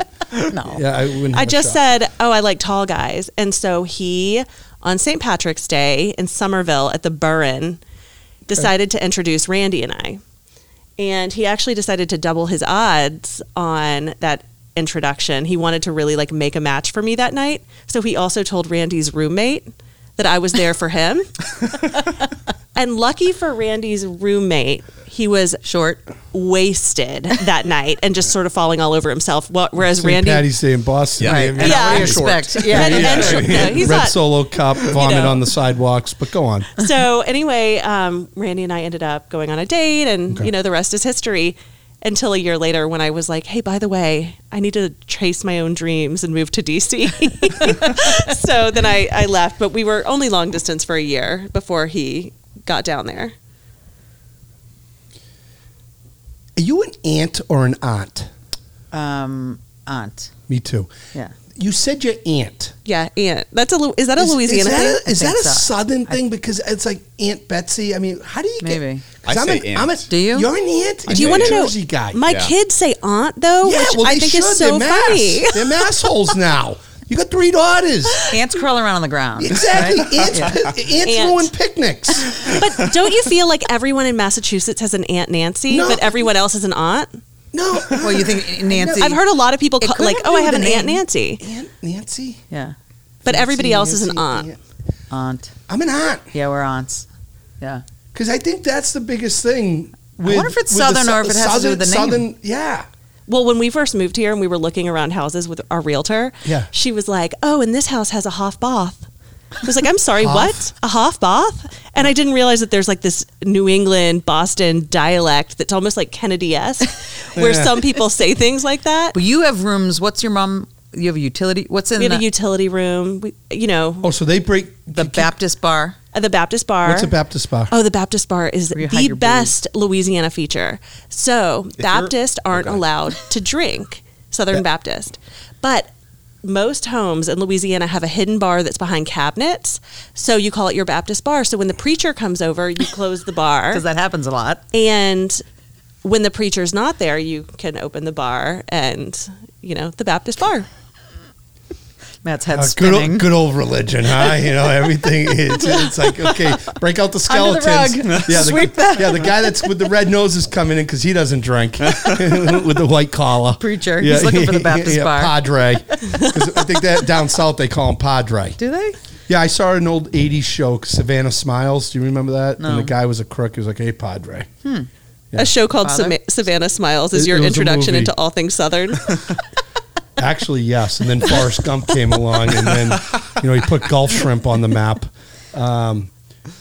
Speaker 2: no.
Speaker 1: Yeah, I wouldn't. Have
Speaker 4: I
Speaker 1: a
Speaker 4: just
Speaker 1: shot.
Speaker 4: said, oh, I like tall guys. And so he, on St. Patrick's Day in Somerville at the Burren, decided to introduce Randy and I. And he actually decided to double his odds on that introduction. He wanted to really like make a match for me that night. So he also told Randy's roommate that I was there for him. and lucky for Randy's roommate, he was short, wasted that night and just sort of falling all over himself. Wh- Whereas
Speaker 1: St.
Speaker 4: Randy
Speaker 1: Patty's Day in Boston.
Speaker 3: Yeah.
Speaker 1: I
Speaker 3: Right.
Speaker 1: mean,
Speaker 2: And
Speaker 4: Yeah.
Speaker 2: I
Speaker 4: And
Speaker 2: respect.
Speaker 4: yeah,
Speaker 2: Yeah.
Speaker 4: and, and
Speaker 3: yeah.
Speaker 4: sure- no, he's
Speaker 1: Red
Speaker 4: not.
Speaker 1: solo cup, vomit
Speaker 4: know.
Speaker 1: on the sidewalks. But go on.
Speaker 4: So anyway, um, Randy and I ended up going on a date, and
Speaker 1: Okay.
Speaker 4: you know the rest is history. Until a year later, when I was like, "Hey, by the way, I need to chase my own dreams and move to DC." so then I, I left, but we were only long distance for a year before he got down there.
Speaker 1: Are you an aunt or an aunt?
Speaker 2: Um, aunt.
Speaker 1: Me too.
Speaker 2: Yeah.
Speaker 1: You said your aunt.
Speaker 4: Yeah, and that's a Lu- is that a Louisiana
Speaker 1: Is that
Speaker 4: thing?
Speaker 1: a, is
Speaker 2: I
Speaker 1: that
Speaker 2: think
Speaker 1: a
Speaker 2: so.
Speaker 1: southern thing? Because it's like Aunt Betsy. I mean, how do you get?
Speaker 2: Maybe.
Speaker 1: 'cause
Speaker 3: I
Speaker 1: I'm
Speaker 3: say
Speaker 1: an, I'm a-
Speaker 3: aunt.
Speaker 2: Do you?
Speaker 1: You're an aunt.
Speaker 4: Do you
Speaker 3: say
Speaker 1: want
Speaker 4: want
Speaker 1: to
Speaker 4: to know?
Speaker 1: Jersey guy.
Speaker 4: My
Speaker 3: Yeah.
Speaker 4: kids say aunt though,
Speaker 1: yeah,
Speaker 4: which
Speaker 1: well,
Speaker 4: I
Speaker 1: they
Speaker 4: think
Speaker 1: should.
Speaker 4: is so
Speaker 1: They're
Speaker 4: funny.
Speaker 1: mass. They're assholes now. You got three daughters.
Speaker 2: Ants curl around on the ground.
Speaker 1: Exactly.
Speaker 2: right?
Speaker 1: Ants,
Speaker 2: Yeah.
Speaker 1: ants
Speaker 4: Ant.
Speaker 1: ruin picnics.
Speaker 4: But don't you feel like everyone in Massachusetts has an Aunt Nancy,
Speaker 1: No.
Speaker 4: but everyone else is an aunt?
Speaker 1: No.
Speaker 2: Well, you think Nancy?
Speaker 4: I've heard a lot of people
Speaker 2: It
Speaker 4: call,
Speaker 2: could
Speaker 4: like,
Speaker 2: have to
Speaker 4: "Oh, I
Speaker 2: do
Speaker 4: have
Speaker 2: with
Speaker 4: an
Speaker 2: the
Speaker 4: Aunt
Speaker 2: name.
Speaker 4: Nancy,"
Speaker 1: Aunt Nancy.
Speaker 2: Yeah.
Speaker 4: but everybody else is an
Speaker 1: Nancy,
Speaker 4: aunt.
Speaker 2: Aunt.
Speaker 1: I'm an aunt
Speaker 2: Yeah, we're aunts. Yeah.
Speaker 1: because I think that's the biggest thing. With,
Speaker 2: wonder if it's
Speaker 1: with the
Speaker 2: southern or if it has to do with the name.
Speaker 1: Southern, yeah.
Speaker 4: Well, when we first moved here and we were looking around houses with our realtor,
Speaker 1: Yeah.
Speaker 4: she was like, "Oh, and this house has a Hofbath." I was like, "I'm sorry,
Speaker 1: Hof?
Speaker 4: what? A Hofbath?" And I didn't realize that there's like this New England Boston dialect that's almost like Kennedy-esque, where
Speaker 1: Yeah.
Speaker 4: some people say things like that.
Speaker 2: But you have rooms. What's your mom? You have a utility. What's in
Speaker 4: We have a
Speaker 2: the,
Speaker 4: utility room, we, you know,
Speaker 1: Oh, so they break
Speaker 2: the Baptist bar?
Speaker 4: at the Baptist bar.
Speaker 1: What's a Baptist bar?
Speaker 4: Oh, the Baptist bar is
Speaker 2: Where you hide
Speaker 4: the
Speaker 2: your booze.
Speaker 4: best Louisiana feature. So
Speaker 3: you're-
Speaker 4: Baptists aren't
Speaker 3: Okay.
Speaker 4: allowed to drink Southern
Speaker 1: Yeah.
Speaker 4: Baptist, but most homes in Louisiana have a hidden bar that's behind cabinets. So you call it your Baptist bar. So when the preacher comes over, you close the bar,
Speaker 2: Because that happens a lot.
Speaker 4: and when the preacher's not there, you can open the bar and you know the Baptist bar.
Speaker 2: Matt's head
Speaker 1: Uh, good,
Speaker 2: spinning.
Speaker 1: old, good old religion, huh? You know everything. It's, it's like okay, break out the
Speaker 2: Under the
Speaker 1: skeletons.
Speaker 2: rug.
Speaker 1: Yeah, the,
Speaker 2: Sweep that.
Speaker 1: yeah, the guy that's with the red nose is coming in because he doesn't drink with the white collar.
Speaker 2: Preacher. He's looking for the Baptist bar.
Speaker 1: Padre, 'Cause I think that down south they call him Padre.
Speaker 2: Do they?
Speaker 1: Yeah, I saw an old '80s show, Savannah Smiles. Do you remember that?
Speaker 2: No.
Speaker 1: And the guy was a crook. He was like, "Hey, Padre." Yeah.
Speaker 4: A show called
Speaker 2: Father?
Speaker 4: Sama- Savannah Smiles is
Speaker 1: It-
Speaker 4: your
Speaker 1: it was a
Speaker 4: introduction
Speaker 1: movie.
Speaker 4: into all things Southern.
Speaker 1: Actually, yes. And then Forrest Gump came along, and then you know he put Gulf shrimp on the map. Um,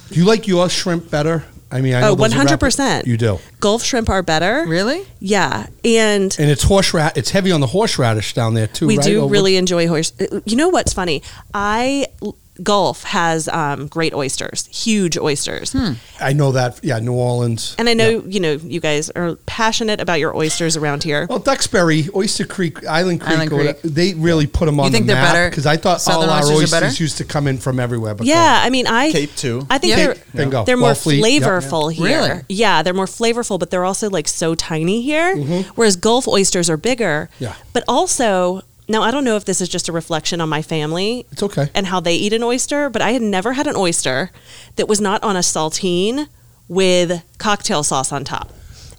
Speaker 1: do you like your shrimp better? I mean, I know
Speaker 4: Oh,
Speaker 1: those are rapid-
Speaker 4: 100%.
Speaker 1: You do,
Speaker 4: Gulf shrimp are better.
Speaker 2: Really?
Speaker 4: Yeah, and
Speaker 1: and it's horseradish. It's heavy on the horseradish down there too.
Speaker 4: we
Speaker 1: right?
Speaker 4: do
Speaker 1: Or what-
Speaker 4: uh, really enjoy horse. You know what's funny? I l- Gulf has um, great oysters, huge oysters.
Speaker 1: I know that. Yeah, New Orleans.
Speaker 4: And I know, you know, you guys are passionate about your oysters around here.
Speaker 1: Well, Duxbury, Oyster Creek, Island Creek,
Speaker 2: Island
Speaker 1: or whatever,
Speaker 2: Creek.
Speaker 1: they really put them on
Speaker 2: think
Speaker 1: the
Speaker 2: they're
Speaker 1: map
Speaker 2: better?
Speaker 1: because I thought all
Speaker 2: Southern
Speaker 1: our
Speaker 2: oysters
Speaker 1: oysters
Speaker 2: are better?
Speaker 1: used to come in from everywhere. But
Speaker 4: yeah, I mean, I
Speaker 3: Cape, too.
Speaker 4: I think
Speaker 2: Yeah.
Speaker 4: they're
Speaker 1: Bingo.
Speaker 4: they're more
Speaker 1: Wellfleet, yep.
Speaker 4: flavorful here.
Speaker 2: Really?
Speaker 4: Yeah, they're more flavorful, but they're also like so tiny here. Whereas Gulf oysters are bigger.
Speaker 1: Mm-hmm. Yeah.
Speaker 4: But also, now I don't know if this is just a reflection on my family.
Speaker 1: It's okay.
Speaker 4: And how they eat an oyster, but I had never had an oyster that was not on a saltine with cocktail sauce on top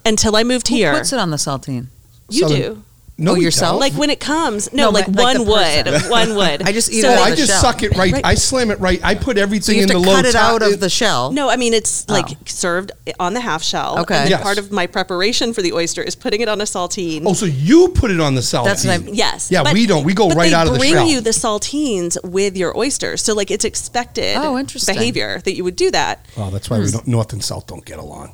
Speaker 4: until I moved here.
Speaker 2: Who puts it on the saltine?
Speaker 4: you
Speaker 1: Southern-
Speaker 4: do.
Speaker 1: no,
Speaker 2: Oh,
Speaker 1: we
Speaker 2: yourself?
Speaker 1: don't.
Speaker 4: Like when it comes, no,
Speaker 2: No,
Speaker 4: like,
Speaker 2: but, like,
Speaker 4: one
Speaker 2: the
Speaker 4: would,
Speaker 2: person.
Speaker 4: one would.
Speaker 2: I just eat
Speaker 4: So
Speaker 2: it
Speaker 1: Oh,
Speaker 2: out
Speaker 4: like-
Speaker 1: I
Speaker 2: the
Speaker 1: just
Speaker 2: shell.
Speaker 1: suck it right.
Speaker 4: Right.
Speaker 1: I slam it right. I put
Speaker 2: So
Speaker 1: everything
Speaker 2: you have
Speaker 1: in
Speaker 2: to
Speaker 1: the low
Speaker 2: cut it
Speaker 1: top-
Speaker 2: out of the shell.
Speaker 4: No, I mean it's like
Speaker 2: Oh.
Speaker 4: served on the half shell.
Speaker 2: Okay.
Speaker 4: And then
Speaker 1: Yes.
Speaker 4: Part of my preparation for the oyster is putting it on a saltine.
Speaker 1: Oh, so you put it on the salad.
Speaker 2: That's what I-
Speaker 4: Yes.
Speaker 1: Yeah,
Speaker 4: but-
Speaker 1: we don't. We go
Speaker 4: but
Speaker 1: right
Speaker 4: they
Speaker 1: out of the shell.
Speaker 4: Bring you the saltines with your oysters, so like it's expected.
Speaker 2: Oh, interesting.
Speaker 4: Behavior that you would do that.
Speaker 1: oh, that's
Speaker 4: Hmm.
Speaker 1: why we don't, North and South don't get along.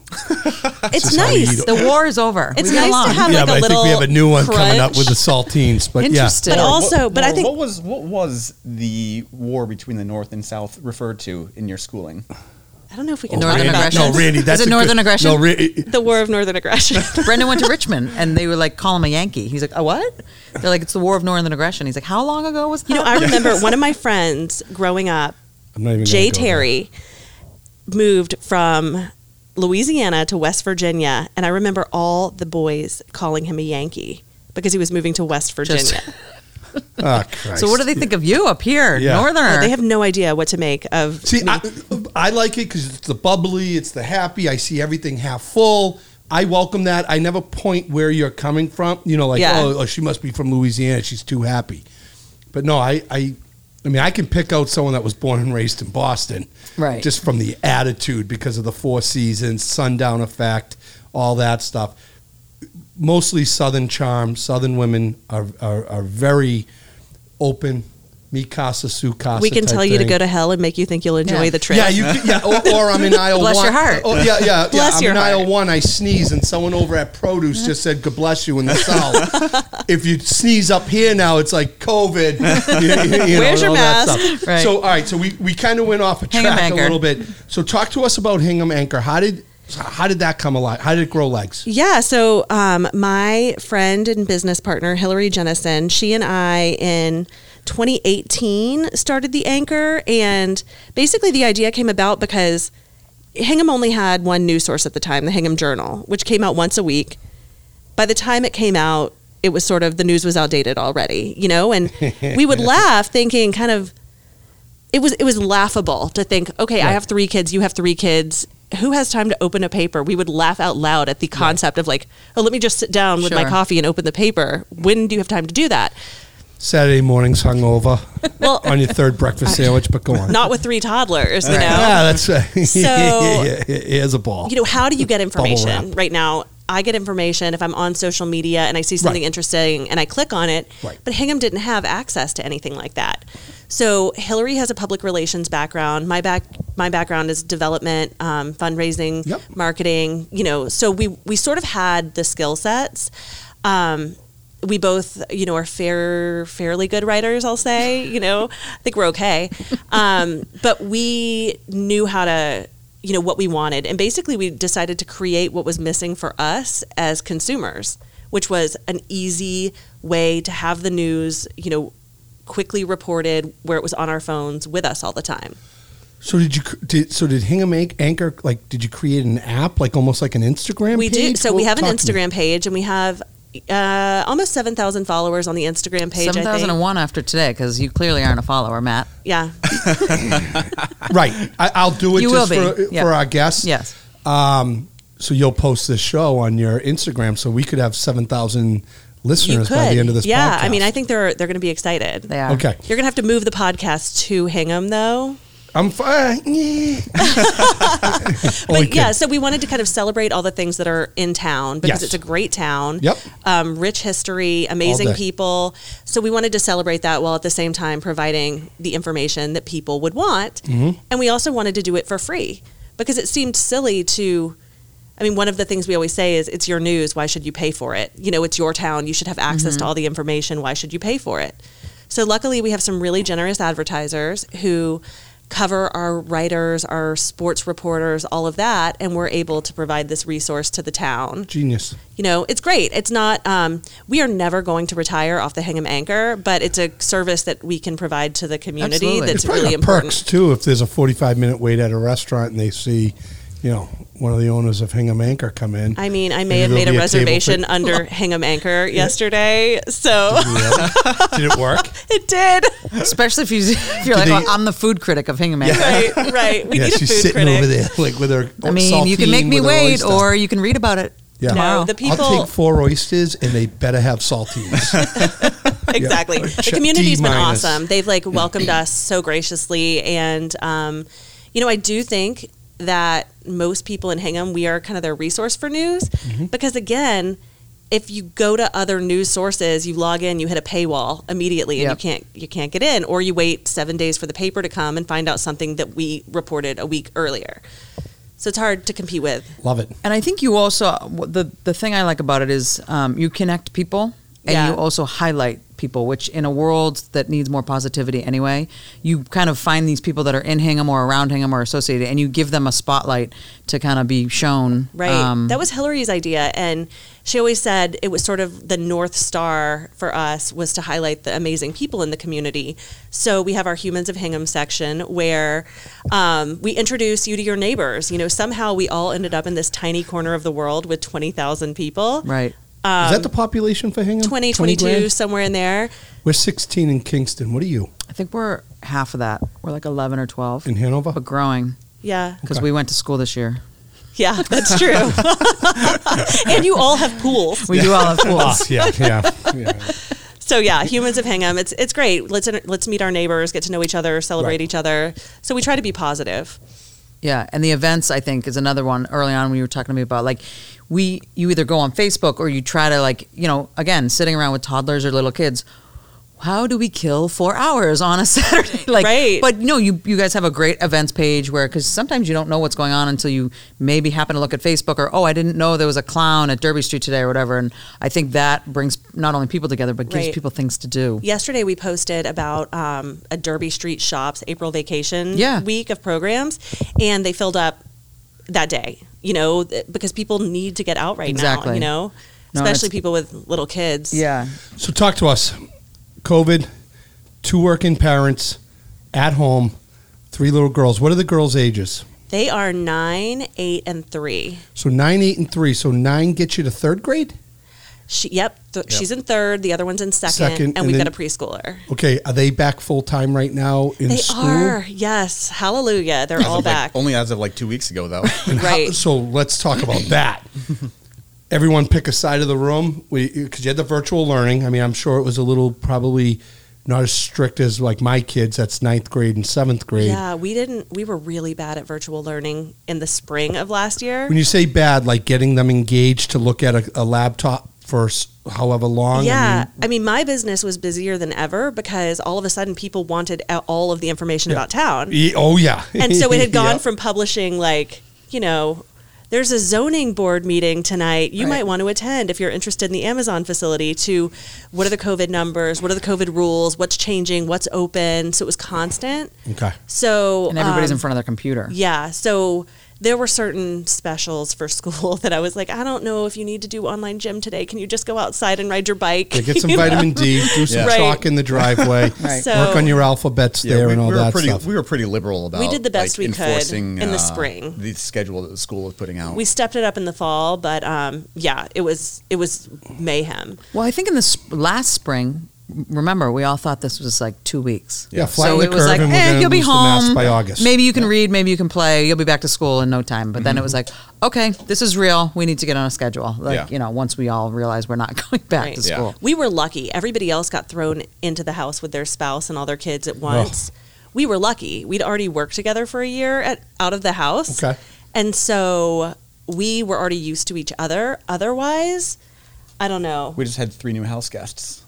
Speaker 4: it's
Speaker 1: just how we
Speaker 4: nice.
Speaker 1: eat
Speaker 2: The war is over.
Speaker 4: It's
Speaker 2: We get
Speaker 4: nice to
Speaker 2: along.
Speaker 4: have- Kinda
Speaker 1: yeah,
Speaker 4: like
Speaker 1: but I think
Speaker 4: a
Speaker 1: we
Speaker 4: little
Speaker 1: have a new one coming up
Speaker 4: crunch.
Speaker 1: with the saltines. But yeah,
Speaker 2: Interesting.
Speaker 4: But
Speaker 2: Laura,
Speaker 4: also,
Speaker 3: What-
Speaker 4: but I
Speaker 3: Laura,
Speaker 4: think
Speaker 3: what was what was the war between the North and South referred to in your schooling?
Speaker 4: I don't know if we can
Speaker 2: Northern
Speaker 4: talk
Speaker 1: Randy,
Speaker 4: about
Speaker 2: aggression.
Speaker 1: No,
Speaker 4: this.
Speaker 1: Randy,
Speaker 2: Is
Speaker 1: that's
Speaker 2: it
Speaker 1: a
Speaker 2: Northern
Speaker 1: good,
Speaker 2: aggression?
Speaker 1: No, Ra-
Speaker 4: The war of northern aggression.
Speaker 2: Brendan went to Richmond and they were like, call him a Yankee. He's like, a what? They're like, it's the war of northern aggression. He's like, how long ago was that?
Speaker 4: you know, I remember one of my friends growing up
Speaker 1: I'm not even gonna
Speaker 4: Jay
Speaker 1: go there.
Speaker 4: Terry moved from Louisiana to West Virginia, and I remember all the boys calling him a Yankee because he was moving to West Virginia.
Speaker 2: Just-
Speaker 1: Ah, Christ.
Speaker 2: so what do they think of you up here,
Speaker 1: Yeah.
Speaker 2: northern?
Speaker 4: they have no idea what to make of.
Speaker 1: See, I, I like it because it's the bubbly, it's the happy. I see everything half full. I welcome that. I never point where you're coming from. You know, like
Speaker 4: Yeah.
Speaker 1: oh, oh, she must be from Louisiana. She's too happy. But no, I, I, I mean, I can pick out someone that was born and raised in Boston,
Speaker 2: Right.
Speaker 1: Just from the attitude because of the Four Seasons, sundown effect, all that stuff. Mostly Southern charm. Southern women are are, are very open. Mi casa su casa.
Speaker 4: we can
Speaker 1: type
Speaker 4: tell you to
Speaker 1: thing.
Speaker 4: go to hell and make you think you'll enjoy
Speaker 2: Yeah.
Speaker 4: the trip.
Speaker 1: Yeah, you could, yeah, or, or I'm in aisle
Speaker 2: Bless
Speaker 1: one.
Speaker 2: your heart.
Speaker 1: Oh, yeah, yeah, yeah.
Speaker 4: Bless
Speaker 1: I'm
Speaker 4: your
Speaker 1: in
Speaker 4: heart.
Speaker 1: aisle one. I sneeze, and someone over at produce just said, "God bless you" in the south. if you sneeze up here now, it's like COVID. You- you- you and
Speaker 4: Where's your
Speaker 1: all that
Speaker 4: mask?
Speaker 1: stuff.
Speaker 2: Right.
Speaker 1: So, all right. So we, we kind of went off a
Speaker 2: Hingham
Speaker 1: track a
Speaker 2: Anchor.
Speaker 1: little bit. So, talk to us about Hingham Anchor. How did how did that come alive? How did it grow legs?
Speaker 4: Yeah, so um, my friend and business partner, Hillary Jennison, she and I in 2018 started The Anchor. And basically, the idea came about because Hingham only had one news source at the time, the Hingham Journal, which came out once a week. By the time it came out, it was sort of the news was outdated already, you know? And we would laugh thinking, kind of, it was it was laughable to think, okay, I have three kids, you have three kids. Who has time to open a paper? We would laugh out loud at the concept of like, oh, let me just sit down with my
Speaker 2: Sure.
Speaker 4: coffee and open the paper. When do you have time to do that?
Speaker 1: Saturday mornings hungover
Speaker 4: Well-
Speaker 1: on your third breakfast sandwich, but go on.
Speaker 4: Not with three toddlers, you
Speaker 2: Right.
Speaker 4: know.
Speaker 1: yeah, that's right.
Speaker 4: So-
Speaker 1: here's a ball.
Speaker 4: you know, how do you get
Speaker 1: wrap.
Speaker 4: information right now? I get information if I'm on social media and I see something
Speaker 1: Right.
Speaker 4: interesting and I click on it.
Speaker 1: Right.
Speaker 4: But Hingham didn't have access to anything like that. So Hillary has a public relations background. My back, my background is development, um, fundraising,
Speaker 1: Yep.
Speaker 4: marketing. You know, so we we sort of had the skill sets. Um, we both, you know, are fair, fairly good writers. I'll say, you know, I think we're okay. Um, but we knew how to, you know, what we wanted, and basically we decided to create what was missing for us as consumers, which was an easy way to have the news, you know, quickly reported where it was on our phones with us all the time.
Speaker 1: So did you? cr- Did, so did Hingham Anch- Anchor? Like, did you create an app, like almost like an Instagram?
Speaker 4: We do.
Speaker 1: page?
Speaker 4: So we
Speaker 1: Well,
Speaker 4: have an
Speaker 1: talk to me.
Speaker 4: Instagram page, and we have. Uh, almost seven thousand followers on the Instagram page. I think.
Speaker 2: 7,001 after today because you clearly aren't a follower, Matt.
Speaker 4: Yeah,
Speaker 1: right? I, I'll do it
Speaker 2: You
Speaker 1: just
Speaker 2: will
Speaker 1: for,
Speaker 2: be. Yeah.
Speaker 1: for our guests.
Speaker 2: Yes.
Speaker 1: Um, so you'll post this show on your Instagram, so we could have seven thousand listeners by the end of this.
Speaker 4: yeah,
Speaker 1: podcast.
Speaker 4: I mean, I think they're they're going to be excited.
Speaker 2: They are.
Speaker 1: Okay,
Speaker 4: You're going to have to move the podcast to Hingham, though.
Speaker 1: I'm fine.
Speaker 4: But yeah, so we wanted to kind of celebrate all the things that are in town because
Speaker 1: Yes.
Speaker 4: it's a great town.
Speaker 1: Yep.
Speaker 4: Um, rich history, amazing
Speaker 1: day.
Speaker 4: people. So we wanted to celebrate that while at the same time providing the information that people would want. And we also wanted to do it for free because it seemed silly to. I mean, one of the things we always say is it's your news. Why should you pay for it? You know, it's your town. You should have access to all the information. Why should you pay for it? So luckily, we have some really generous advertisers who cover our writers, our sports reporters, all of that, and we're able to provide this resource to the town.
Speaker 1: Genius.
Speaker 4: You know, it's great. It's not. Um, we are never going to retire off the Hingham Anchor, but it's a service that we can provide to the community.
Speaker 2: Absolutely.
Speaker 4: That's
Speaker 1: It's
Speaker 2: It's
Speaker 1: probably
Speaker 4: really
Speaker 1: got
Speaker 4: important.
Speaker 1: perks too if there's a 45 minute wait at a restaurant and they see, you know, one of the owners of Hingham Anchor come in.
Speaker 4: I mean, I
Speaker 1: and
Speaker 4: may have
Speaker 1: there'll
Speaker 4: made a
Speaker 1: be table
Speaker 4: reservation
Speaker 1: for-
Speaker 4: under Hingham Anchor yesterday, so
Speaker 1: Yeah. Did it work?
Speaker 4: it did.
Speaker 2: Especially if, you, if you're like,
Speaker 1: they-
Speaker 2: well, I'm the food critic of Hingham Anchor.
Speaker 4: Right, right. We
Speaker 1: yeah,
Speaker 4: need a
Speaker 1: she's
Speaker 4: food
Speaker 1: sitting
Speaker 4: critic.
Speaker 1: over there like with her.
Speaker 2: I mean, you can make me wait, or you can read about it
Speaker 1: Yeah. No,
Speaker 2: tomorrow.
Speaker 4: No, the people
Speaker 1: I'll take four oysters and they better have saltines.
Speaker 4: exactly.
Speaker 1: Yeah.
Speaker 4: The
Speaker 1: Check
Speaker 4: community's
Speaker 1: D
Speaker 4: been
Speaker 1: minus. Mm-hmm.
Speaker 4: awesome. They've like welcomed us so graciously, and um, you know, I do think that most people in Hingham we are kind of their resource for news
Speaker 1: Mm-hmm.
Speaker 4: because again. If you go to other news sources, you log in, you hit a paywall immediately,
Speaker 2: Yep.
Speaker 4: and you can't you can't get in, or you wait seven days for the paper to come and find out something that we reported a week earlier. So it's hard to compete with.
Speaker 1: Love it.
Speaker 2: And I think you also the the thing I like about it is um, you connect people and
Speaker 4: Yeah.
Speaker 2: you also highlight people, which in a world that needs more positivity anyway, you kind of find these people that are in Hingham or around Hingham or associated, and you give them a spotlight to kind of be shown.
Speaker 4: Right.
Speaker 2: um,
Speaker 4: that was Hillary's idea. And she always said it was sort of the North Star for us was to highlight the amazing people in the community. So we have our Humans of Hingham section where um, we introduce you to your neighbors. You know, somehow we all ended up in this tiny corner of the world with 20,000 people.
Speaker 2: right.
Speaker 1: Is
Speaker 2: Um,
Speaker 1: that the population for Hingham?
Speaker 4: 20,
Speaker 1: 22.
Speaker 4: 22, somewhere in there.
Speaker 1: We're 16 in Kingston. What are you
Speaker 2: I think we're half of that. We're like eleven or twelve,
Speaker 1: in Hanover?
Speaker 2: but growing
Speaker 4: Yeah.
Speaker 2: because
Speaker 1: Okay.
Speaker 2: we went to school this year.
Speaker 4: Yeah, that's true. and you all have pools.
Speaker 2: We do all have pools.
Speaker 1: Us, yeah, yeah, yeah.
Speaker 4: So yeah, humans of Hingham. It's it's great. Let's inter- let's meet our neighbors, get to know each other, celebrate
Speaker 1: Right.
Speaker 4: each other. So we try to be positive.
Speaker 2: Yeah, and the events I think is another one early on when you were talking to me about like we you either go on Facebook or you try to like, you know, again, sitting around with toddlers or little kids, how do we kill 4 hours on a Saturday? Like
Speaker 4: Right.
Speaker 2: but no, you you guys have a great events page where cuz sometimes you don't know what's going on until you maybe happen to look at Facebook or oh, I didn't know there was a clown at Derby Street today or whatever and I think that brings not only people together but gives
Speaker 4: Right.
Speaker 2: people things to do.
Speaker 4: Yesterday we posted about um, a Derby Street shops April vacation
Speaker 2: Yeah.
Speaker 4: week of programs, and they filled up that day. You know th- because people need to get out right now.
Speaker 2: Exactly.
Speaker 4: You know,
Speaker 2: No,
Speaker 4: especially
Speaker 2: it's-
Speaker 4: people with little kids.
Speaker 2: Yeah.
Speaker 1: So talk to us. COVID, two working parents, at home, three little girls. What are the girls' ages?
Speaker 4: they are nine, eight, and three.
Speaker 1: So nine, eight, and three. So nine gets you to third grade.
Speaker 4: She, yep, th- she's in third. The other one's in second,
Speaker 1: Second,
Speaker 4: and,
Speaker 1: and
Speaker 4: we've
Speaker 1: then-
Speaker 4: got a preschooler.
Speaker 1: Okay, are they back full time right now in
Speaker 4: They
Speaker 1: school?
Speaker 4: are yes, hallelujah. They're
Speaker 3: As
Speaker 4: all
Speaker 3: of, like,
Speaker 4: back.
Speaker 3: only as of like two weeks ago, though.
Speaker 1: And how-
Speaker 4: Right.
Speaker 1: so let's talk about that. Everyone pick a side of the room because you had the virtual learning. I mean, I'm sure it was a little probably not as strict as like my kids. That's ninth grade and seventh grade.
Speaker 4: Yeah, we didn't. We were really bad at virtual learning in the spring of last year.
Speaker 1: When you say bad, like getting them engaged to look at a, a laptop for s- however long. I
Speaker 4: yeah,
Speaker 1: mean,
Speaker 4: I mean, my business was busier than ever because all of a sudden people wanted a- all of the information about town,
Speaker 1: Ye- oh yeah.
Speaker 4: and so it had gone
Speaker 1: Yeah.
Speaker 4: from publishing like you know. There's a zoning board meeting tonight. You
Speaker 2: Right.
Speaker 4: might want to attend if you're interested in the Amazon facility. To what are the COVID numbers? What are the COVID rules? What's changing? What's open? So it was constant.
Speaker 1: okay.
Speaker 4: So
Speaker 2: And everybody's
Speaker 4: um,
Speaker 2: in front of their computer.
Speaker 4: Yeah. So there were certain specials for school that I was like, I don't know if you need to do online gym today. Can you just go outside and ride your bike?
Speaker 1: Yeah, get some
Speaker 4: You know?
Speaker 1: vitamin D, do some
Speaker 3: Yeah.
Speaker 4: Right.
Speaker 1: chalk in the driveway,
Speaker 2: Right.
Speaker 1: work
Speaker 4: So-
Speaker 1: on your alphabets there and all
Speaker 3: were
Speaker 1: that
Speaker 3: pretty,
Speaker 1: stuff.
Speaker 3: We were pretty liberal about.
Speaker 4: did the best
Speaker 3: like,
Speaker 4: we could
Speaker 3: enforcing,
Speaker 4: in the
Speaker 3: uh,
Speaker 4: spring.
Speaker 3: The schedule that the school was putting out.
Speaker 4: We stepped it up in the fall, but um, yeah, it was it was mayhem.
Speaker 2: Well, I think in this last spring, m- remember we all thought this was like two weeks.
Speaker 1: Yeah, flatten
Speaker 2: so
Speaker 1: the
Speaker 2: it was
Speaker 1: curve
Speaker 2: like,
Speaker 1: and we're
Speaker 2: eh,
Speaker 1: gonna
Speaker 2: you'll be
Speaker 1: lose the mask
Speaker 2: home
Speaker 1: by August.
Speaker 2: Maybe you can read, maybe you can play. You'll be back to school in no time. But then it was like,
Speaker 1: Mm-hmm.
Speaker 2: okay, this is real. We need to get on a schedule. Like
Speaker 3: Yeah.
Speaker 2: you know, once we all realize we're not going back
Speaker 4: Right.
Speaker 2: to
Speaker 3: Yeah.
Speaker 2: school.
Speaker 4: We were lucky. Everybody else got thrown into the house with their spouse and all their kids at once. We were lucky. We'd already worked together for a year at out of the house.
Speaker 1: Okay.
Speaker 4: And so we were already used to each other. Otherwise, I don't know.
Speaker 3: We just had three new house guests.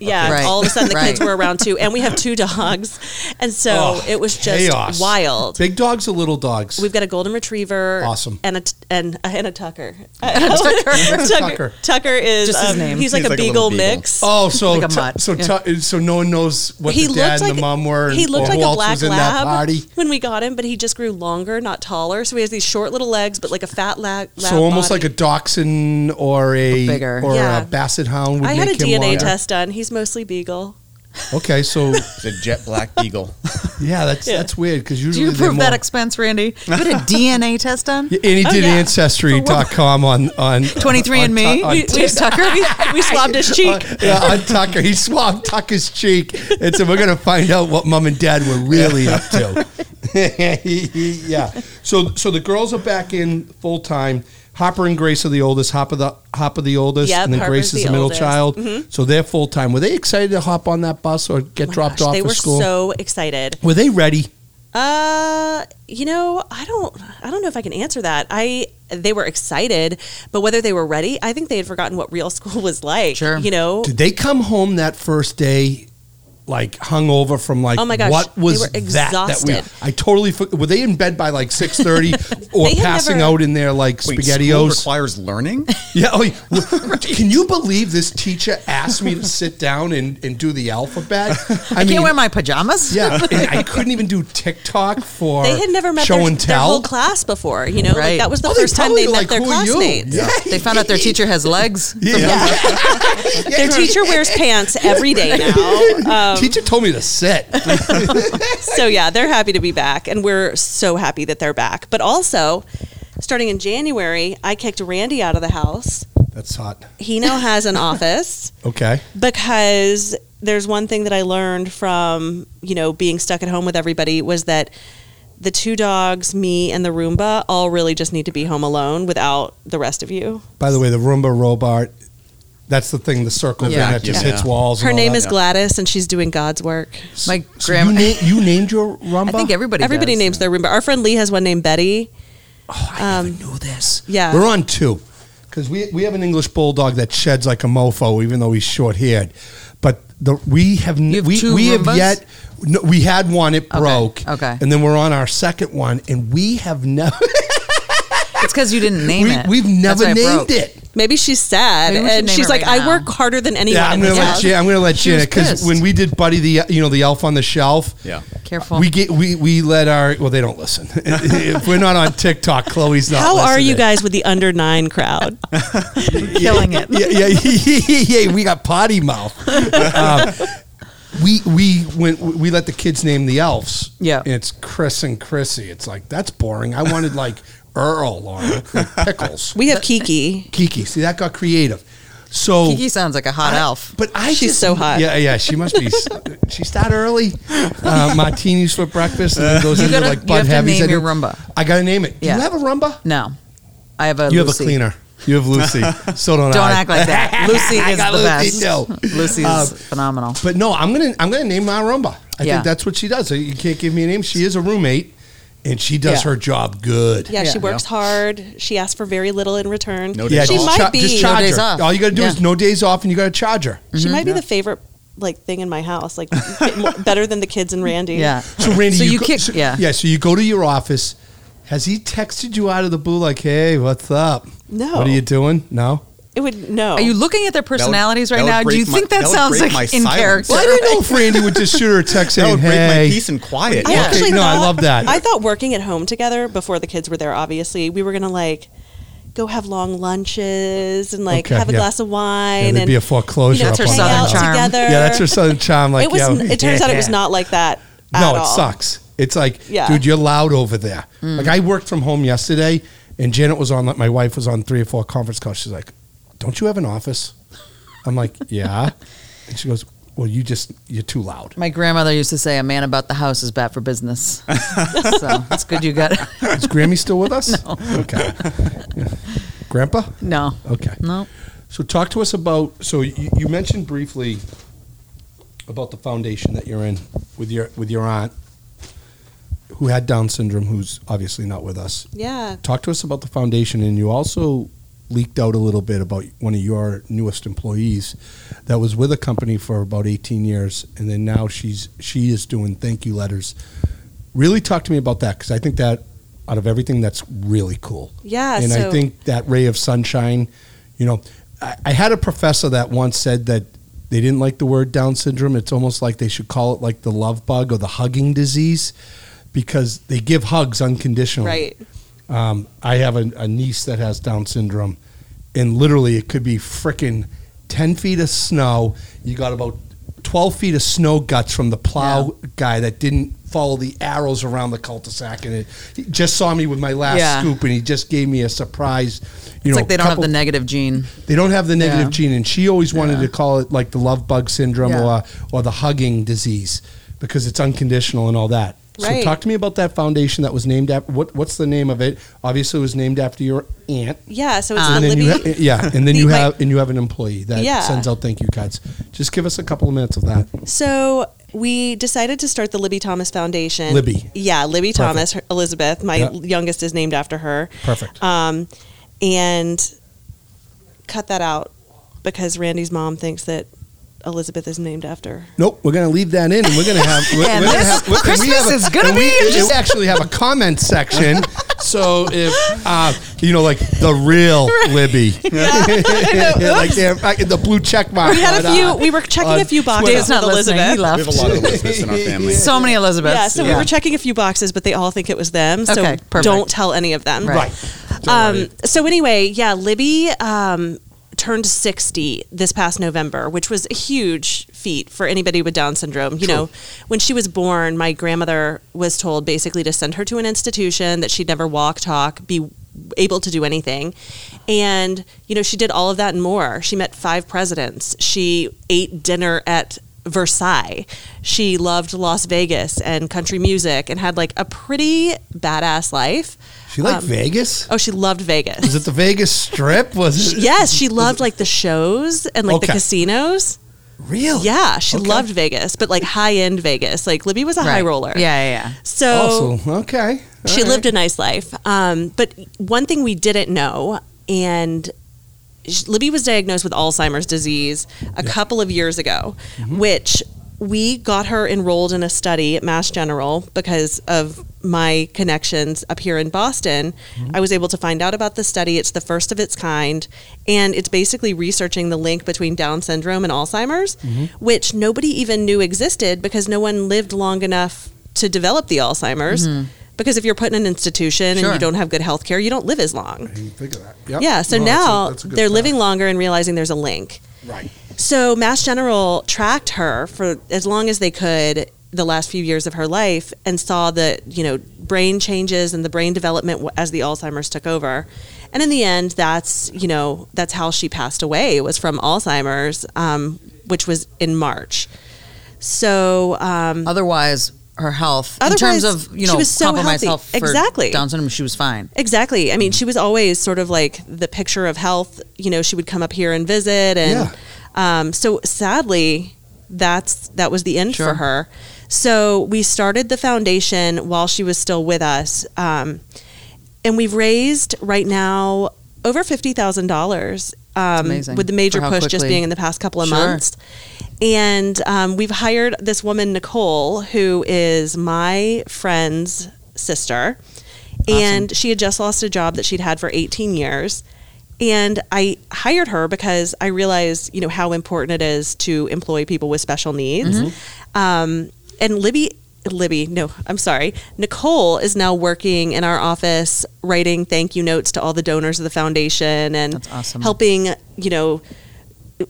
Speaker 4: Yeah,
Speaker 2: Right.
Speaker 4: all of a sudden the kids
Speaker 2: Right.
Speaker 4: were around too, and we have two dogs, and so
Speaker 1: Oh,
Speaker 4: it was just
Speaker 1: chaos.
Speaker 4: wild.
Speaker 1: Big dogs or little dogs?
Speaker 4: We've got a golden retriever,
Speaker 1: Awesome.
Speaker 4: and a t- and and a Tucker.
Speaker 1: Tucker.
Speaker 4: Tucker. Tucker is
Speaker 2: Just his
Speaker 4: um,
Speaker 2: name.
Speaker 4: He's like
Speaker 3: He's
Speaker 4: a
Speaker 3: like a
Speaker 4: beagle
Speaker 3: little beagle.
Speaker 4: mix.
Speaker 1: oh, so
Speaker 2: Like a
Speaker 1: t-
Speaker 2: mutt,
Speaker 1: so
Speaker 2: yeah.
Speaker 1: t- so no one knows what
Speaker 4: He
Speaker 1: the
Speaker 4: looked
Speaker 1: dad
Speaker 4: like
Speaker 1: and the mom were.
Speaker 4: he
Speaker 1: and- or
Speaker 4: looked like
Speaker 1: who
Speaker 4: a
Speaker 1: else
Speaker 4: black
Speaker 1: was in that
Speaker 4: lab
Speaker 1: party.
Speaker 4: when we got him, but he just grew longer, not taller. So he has these short little legs, but like a fat la- lab.
Speaker 1: So almost
Speaker 4: body.
Speaker 1: like a dachshund or a
Speaker 2: bigger.
Speaker 1: or
Speaker 4: Yeah.
Speaker 1: a basset hound. Would
Speaker 4: I had a
Speaker 1: make
Speaker 4: DNA
Speaker 1: him longer.
Speaker 4: test done. He's mostly beagle. Oh
Speaker 1: Okay, so
Speaker 3: It's a jet black beagle.
Speaker 1: yeah, that's
Speaker 4: Yeah.
Speaker 1: that's weird because
Speaker 2: Do
Speaker 1: usually
Speaker 2: you
Speaker 1: they're
Speaker 2: approve that
Speaker 1: more-
Speaker 2: expense, Randy? You had a DNA test done?
Speaker 1: Yeah, and he
Speaker 4: Oh,
Speaker 1: did
Speaker 4: yeah.
Speaker 1: ancestry.com on on
Speaker 2: 23andMe?
Speaker 1: on- on-
Speaker 2: We- we- Tucker?
Speaker 4: we, we swabbed his cheek.
Speaker 1: Uh, yeah, on Tucker. He swabbed Tucker's cheek and said, "We're going to find out what mom and dad were really up to." yeah. So, so the girls are back in full time. Harper and Grace are the oldest. Hopper the Hopper the oldest,
Speaker 4: Yep,
Speaker 1: and then Grace
Speaker 4: Harper's
Speaker 1: is
Speaker 4: the
Speaker 1: the middle
Speaker 4: oldest. Mm-hmm.
Speaker 1: child. So they're full time. Were they excited to hop on that bus or get
Speaker 4: Oh my
Speaker 1: dropped
Speaker 4: gosh,
Speaker 1: off
Speaker 4: They
Speaker 1: at
Speaker 4: were
Speaker 1: school?
Speaker 4: so excited.
Speaker 1: were they ready?
Speaker 4: Uh, you know, I don't, I don't know if I can answer that. I they were excited, but whether they were ready, I think they had forgotten what real school was like.
Speaker 2: Sure.
Speaker 4: You know,
Speaker 1: Did they come home that first day? Like hungover from like
Speaker 4: Oh my gosh,
Speaker 1: what
Speaker 4: they
Speaker 1: was
Speaker 4: were
Speaker 1: that that we
Speaker 4: exhausted.
Speaker 1: I totally for, were they in bed by like six thirty or
Speaker 4: They had
Speaker 1: passing
Speaker 4: never-
Speaker 1: out in their like
Speaker 3: Wait, school
Speaker 1: spaghettios
Speaker 3: requires learning.
Speaker 1: yeah oh, yeah. can you believe this teacher asked me to sit down and, and do the alphabet I,
Speaker 2: I can't wear my pajamas?
Speaker 1: yeah and I couldn't even do TikTok for
Speaker 4: they had never met
Speaker 1: show
Speaker 4: their,
Speaker 1: and
Speaker 4: their
Speaker 1: tell
Speaker 4: whole class before. You know,
Speaker 2: Right.
Speaker 4: like that was the
Speaker 1: Oh,
Speaker 4: first time
Speaker 1: probably
Speaker 4: they met
Speaker 1: like,
Speaker 4: their
Speaker 1: "Who are you?"
Speaker 4: classmates.
Speaker 1: yeah.
Speaker 2: They found out their teacher has legs.
Speaker 1: Yeah.
Speaker 4: Their teacher wears pants every day now. Um,
Speaker 1: teacher told me to sit
Speaker 4: so yeah, they're happy to be back, and we're so happy that they're back. But also, starting in January, I kicked Randy out of the house.
Speaker 1: that's hot
Speaker 4: He now has an office.
Speaker 1: okay
Speaker 4: because there's one thing that I learned from you know being stuck at home with everybody was that the two dogs, me, and the Roomba all really just need to be home alone without the rest of you.
Speaker 1: By the way, the Roomba robot, that's the thing, the circle
Speaker 2: Yeah.
Speaker 1: thing that just
Speaker 3: Yeah.
Speaker 1: hits walls.
Speaker 4: Her
Speaker 1: and all
Speaker 4: name
Speaker 1: that.
Speaker 4: is Gladys, and she's doing God's work.
Speaker 2: My
Speaker 1: So you,
Speaker 2: grandma.
Speaker 1: na- you named your Roomba?
Speaker 2: I think everybody
Speaker 4: Everybody
Speaker 2: does.
Speaker 4: names their Roomba. Our friend Lee has one named Betty.
Speaker 1: Oh, I
Speaker 2: Um,
Speaker 1: never knew this.
Speaker 4: yeah.
Speaker 1: We're on two. Because we, we have an English bulldog that sheds like a mofo, even though he's short haired. But the, we have, n-
Speaker 2: You have
Speaker 1: we,
Speaker 2: two
Speaker 1: we
Speaker 2: Roombas?
Speaker 1: have yet, no, we had one, it broke.
Speaker 2: okay.
Speaker 1: And then we're on our second one, and we have never,
Speaker 2: It's because you didn't name
Speaker 1: we,
Speaker 2: it.
Speaker 1: we've
Speaker 2: That's
Speaker 1: never
Speaker 2: why I
Speaker 1: named
Speaker 2: broke.
Speaker 1: it.
Speaker 4: Maybe she's sad,
Speaker 2: Maybe we should
Speaker 4: and
Speaker 2: name
Speaker 4: she's
Speaker 2: her
Speaker 4: like,
Speaker 2: right
Speaker 4: "I
Speaker 2: now."
Speaker 4: work harder than anyone."
Speaker 1: Yeah, I'm
Speaker 4: in
Speaker 1: gonna
Speaker 4: this
Speaker 1: let
Speaker 4: house."
Speaker 1: Jan, I'm gonna let
Speaker 2: She
Speaker 1: Jan
Speaker 2: was
Speaker 1: because
Speaker 2: pissed.
Speaker 1: when we did Buddy the uh, you know the Elf on the Shelf.
Speaker 3: Yeah.
Speaker 2: Careful.
Speaker 1: We get we we let our well they don't listen. if we're not on TikTok, Chloe's not.
Speaker 4: How are you
Speaker 1: listening.
Speaker 4: guys with the under nine crowd?
Speaker 2: Killing it.
Speaker 1: yeah, yeah, yeah, yeah, we got potty mouth. Um, we we went we let the kids name the elves.
Speaker 2: Yeah.
Speaker 1: and it's Chris and Chrissy. It's like that's boring. I wanted like Earl or like, Pickles,
Speaker 4: We have Kiki.
Speaker 1: Kiki. See that got creative. So
Speaker 2: Kiki sounds like a hot elf.
Speaker 1: But I
Speaker 4: She's
Speaker 1: just-
Speaker 4: so hot.
Speaker 1: Yeah, yeah. She must be. she start early. Uh, martinis for breakfast, and then goes
Speaker 2: You
Speaker 1: into
Speaker 2: gotta-
Speaker 1: like
Speaker 2: you
Speaker 1: Bud
Speaker 2: have to
Speaker 1: Heavies.
Speaker 2: name
Speaker 1: I
Speaker 2: your
Speaker 1: do-
Speaker 2: Roomba.
Speaker 1: I gotta name it. Do
Speaker 2: Yeah.
Speaker 1: you have a rumba?
Speaker 2: No. I have a
Speaker 1: You have a
Speaker 2: Lucy.
Speaker 1: cleaner. You have Lucy. so don't,
Speaker 2: Don't
Speaker 1: I.
Speaker 2: act like that. Lucy
Speaker 1: I
Speaker 2: is
Speaker 1: got
Speaker 2: the
Speaker 1: Lucy,
Speaker 2: best.
Speaker 1: no.
Speaker 2: Lucy's
Speaker 1: Uh,
Speaker 2: phenomenal.
Speaker 1: But no, I'm gonna I'm gonna name my rumba. I
Speaker 2: Yeah.
Speaker 1: think that's what she does. You can't give me a name. She is a roommate, and she does
Speaker 2: Yeah.
Speaker 1: her job good.
Speaker 4: Yeah, she
Speaker 2: Yeah.
Speaker 4: works hard. She asks for very little in return.
Speaker 3: No
Speaker 1: Yeah,
Speaker 3: days
Speaker 4: she
Speaker 1: just,
Speaker 3: off.
Speaker 4: might
Speaker 1: cha-
Speaker 4: be.
Speaker 1: just charge
Speaker 2: No days
Speaker 1: her.
Speaker 2: off.
Speaker 1: All you got to do is
Speaker 2: Yeah.
Speaker 1: no days off, and you got to charge her.
Speaker 4: She might be the favorite like thing in my house, like bit more- better than the kids and Randy.
Speaker 2: Yeah.
Speaker 1: So Randy,
Speaker 2: So
Speaker 1: you,
Speaker 2: you
Speaker 1: go,
Speaker 2: kick-
Speaker 1: so-
Speaker 2: yeah.
Speaker 1: yeah. So you go to your office. Has he texted you out of the blue like, "Hey, what's up?
Speaker 4: No.
Speaker 1: what are you doing? No."
Speaker 4: It would no.
Speaker 2: Are you looking at their personalities
Speaker 3: that would
Speaker 2: right now? Do
Speaker 3: break
Speaker 2: you
Speaker 3: my-
Speaker 2: think that,
Speaker 3: that would
Speaker 2: sounds
Speaker 3: break
Speaker 2: like
Speaker 3: my
Speaker 2: in
Speaker 3: silence.
Speaker 2: character?
Speaker 1: Well, I didn't know if Randy would just shoot her a text
Speaker 3: That
Speaker 1: saying,
Speaker 3: would break
Speaker 1: "Hey."
Speaker 3: my peace and quiet.
Speaker 4: I
Speaker 1: Yeah.
Speaker 4: actually
Speaker 1: Okay, no, I
Speaker 4: thought-
Speaker 1: love that.
Speaker 4: I thought working at home together before the kids were there, obviously, we were gonna like go have long lunches and like
Speaker 1: Okay,
Speaker 4: have a
Speaker 1: yeah.
Speaker 4: glass of wine
Speaker 1: Yeah, there'd
Speaker 4: and
Speaker 1: be a foreclosure
Speaker 4: You know,
Speaker 1: up
Speaker 4: hang
Speaker 1: on
Speaker 2: that
Speaker 4: out
Speaker 2: house.
Speaker 4: together.
Speaker 1: yeah, that's her southern charm. Like,
Speaker 4: it was.
Speaker 1: yeah,
Speaker 4: It turns out it was
Speaker 1: yeah.
Speaker 4: not like that.
Speaker 1: No,
Speaker 4: at
Speaker 1: it
Speaker 4: all.
Speaker 1: sucks. It's like,
Speaker 4: Yeah. Mm.
Speaker 1: dude, you're loud over there. Like I worked from home yesterday, and Janet was on. Like my wife was on three or four conference calls. She's like, "Don't you have an office?" I'm like, "Yeah," and she goes, "Well, you just you're too loud."
Speaker 2: My grandmother used to say, "A man about the house is bad for business." so it's good you got.
Speaker 1: Is Grammy still with us? Okay. Grandpa?
Speaker 2: No,
Speaker 1: Okay.
Speaker 2: no.
Speaker 1: So talk to us about so you, you mentioned briefly about the foundation that you're in with your with your aunt who had Down syndrome, who's obviously not with us.
Speaker 4: Yeah.
Speaker 1: Talk to us about the foundation and you also leaked out a little bit about one of your newest employees that was with a company for about 18 years, and then now she's she is doing thank you letters. Really talk to me about that because I think that out of everything, that's really cool.
Speaker 4: Yeah,
Speaker 1: and I
Speaker 4: so-
Speaker 1: think that ray of sunshine, you know, I, I had a professor that once said that they didn't like the word Down syndrome. It's almost like they should call it like the love bug or the hugging disease because they give hugs unconditionally.
Speaker 4: Right.
Speaker 1: Um, I have a, a niece that has Down syndrome, and literally it could be frickin' 10 feet of snow. You got about 12 feet of snow guts from the plow guy that didn't follow the arrows around the cul-de-sac and it he just saw me with my last
Speaker 2: Yeah.
Speaker 1: scoop and he just gave me a surprise you
Speaker 2: It's
Speaker 1: know
Speaker 2: like they don't have
Speaker 1: couple-
Speaker 2: the negative gene.
Speaker 1: they don't have the negative
Speaker 2: Yeah.
Speaker 1: gene, and she always wanted to call it like the love bug syndrome
Speaker 2: Yeah.
Speaker 1: or or the hugging disease because it's unconditional and all that. So
Speaker 4: Right.
Speaker 1: talk to me about that foundation that was named after. What what's the name of it? Obviously, it was named after your aunt.
Speaker 4: Yeah, so it's
Speaker 1: And
Speaker 4: a
Speaker 1: then you
Speaker 4: Libby.
Speaker 1: ha- yeah, and then you
Speaker 4: My-
Speaker 1: have and you have an employee that
Speaker 4: Yeah.
Speaker 1: sends out thank you cards. Just give us a couple of minutes of that.
Speaker 4: So we decided to start the Libby Thomas Foundation.
Speaker 1: Libby.
Speaker 4: Yeah, Libby Thomas, her- Elizabeth. My
Speaker 1: Yeah.
Speaker 4: youngest is named after her.
Speaker 1: Perfect.
Speaker 4: Um, and cut that out because Randy's mom thinks that Elizabeth is named after.
Speaker 1: Nope, we're gonna leave that in, and we're gonna have. We're,
Speaker 2: And
Speaker 1: we're gonna
Speaker 2: this
Speaker 1: have we-
Speaker 2: Christmas
Speaker 1: a-
Speaker 2: is gonna
Speaker 1: and we,
Speaker 2: be
Speaker 1: and
Speaker 2: just-
Speaker 1: we actually have a comment section. So if uh, you know, like the real Libby, like the, uh, the blue check mark.
Speaker 4: We had a
Speaker 1: on,
Speaker 4: few.
Speaker 1: uh,
Speaker 4: We were checking
Speaker 1: on
Speaker 4: a few boxes
Speaker 2: Dave's
Speaker 4: with
Speaker 2: not listening.
Speaker 4: Elizabeth.
Speaker 2: He left.
Speaker 3: We have a lot of Elizabeths in our family.
Speaker 2: so many Elizabeths.
Speaker 4: Yeah, so we were checking a few boxes, but they all think it was them. So
Speaker 2: Okay, perfect.
Speaker 4: don't tell any of them.
Speaker 2: Right.
Speaker 1: Don't worry.
Speaker 4: Um, so anyway, yeah, Libby um, turned 60 this past November, which was a huge feat for anybody with Down syndrome. You know, when she was born, my grandmother was told basically to send her to an institution that she'd never walk, talk, be able to do anything. And, you know, she did all of that and more. She met five presidents. She ate dinner at Versailles. She loved Las Vegas and country music and had like a pretty badass life.
Speaker 1: she liked
Speaker 4: um,
Speaker 1: Vegas.
Speaker 4: Oh, she loved Vegas.
Speaker 1: Was it the Vegas Strip? Was it
Speaker 4: Yes, she loved like the shows and like
Speaker 1: Okay.
Speaker 4: the casinos.
Speaker 1: real?
Speaker 4: Yeah, she
Speaker 1: Okay.
Speaker 4: loved Vegas, but like high end Vegas. Like Libby was a high roller.
Speaker 2: Yeah, yeah, yeah.
Speaker 4: So
Speaker 1: Also, okay. all
Speaker 4: she
Speaker 1: right.
Speaker 4: lived a nice life. Um, but one thing we didn't know, and sh- Libby was diagnosed with Alzheimer's disease a couple of years ago, which we got her enrolled in a study at Mass General because of my connections up here in Boston. I was able to find out about the study. It's the first of its kind, and it's basically researching the link between Down syndrome and Alzheimer's, which nobody even knew existed because no one lived long enough to develop the Alzheimer's. Because if you're put in an institution and
Speaker 2: Sure.
Speaker 4: you don't have good health care, you don't live as long.
Speaker 1: I didn't think of that. Yep.
Speaker 4: Yeah. So
Speaker 1: No, that's a-
Speaker 4: now
Speaker 1: that's a good
Speaker 4: they're
Speaker 1: fact.
Speaker 4: living longer and realizing there's a link.
Speaker 1: Right.
Speaker 4: So Mass General tracked her for as long as they could the last few years of her life and saw the you know brain changes and the brain development w- as the Alzheimer's took over. And in the end, that's you know that's how she passed away was from Alzheimer's, um, which was in March. So um,
Speaker 2: Otherwise, her health in
Speaker 4: Otherwise,
Speaker 2: terms of you
Speaker 4: she
Speaker 2: know
Speaker 4: was so
Speaker 2: compromised
Speaker 4: healthy.
Speaker 2: health for
Speaker 4: Exactly.
Speaker 2: Down syndrome, she was fine.
Speaker 4: Exactly. I mean, she was always sort of like the picture of health. You know, she would come up here and visit, and um, so sadly, that's that was the end
Speaker 2: Sure.
Speaker 4: for her. So we started the foundation while she was still with us, um, and we've raised right now over fifty thousand dollars. Um,
Speaker 2: amazing.
Speaker 4: with the major
Speaker 2: For how
Speaker 4: push just
Speaker 2: quickly-
Speaker 4: being in the past couple of
Speaker 2: Sure.
Speaker 4: months. And um, we've hired this woman, Nicole, who is my friend's sister. And she had just lost a job that she'd had for 18 years. And I hired her because I realized, you know, how important it is to employ people with special needs.
Speaker 2: Mm-hmm.
Speaker 4: Um, and Libby, Libby, no, I'm sorry. Nicole is now working in our office, writing thank you notes to all the donors of the foundation and
Speaker 2: That's awesome.
Speaker 4: helping, you know,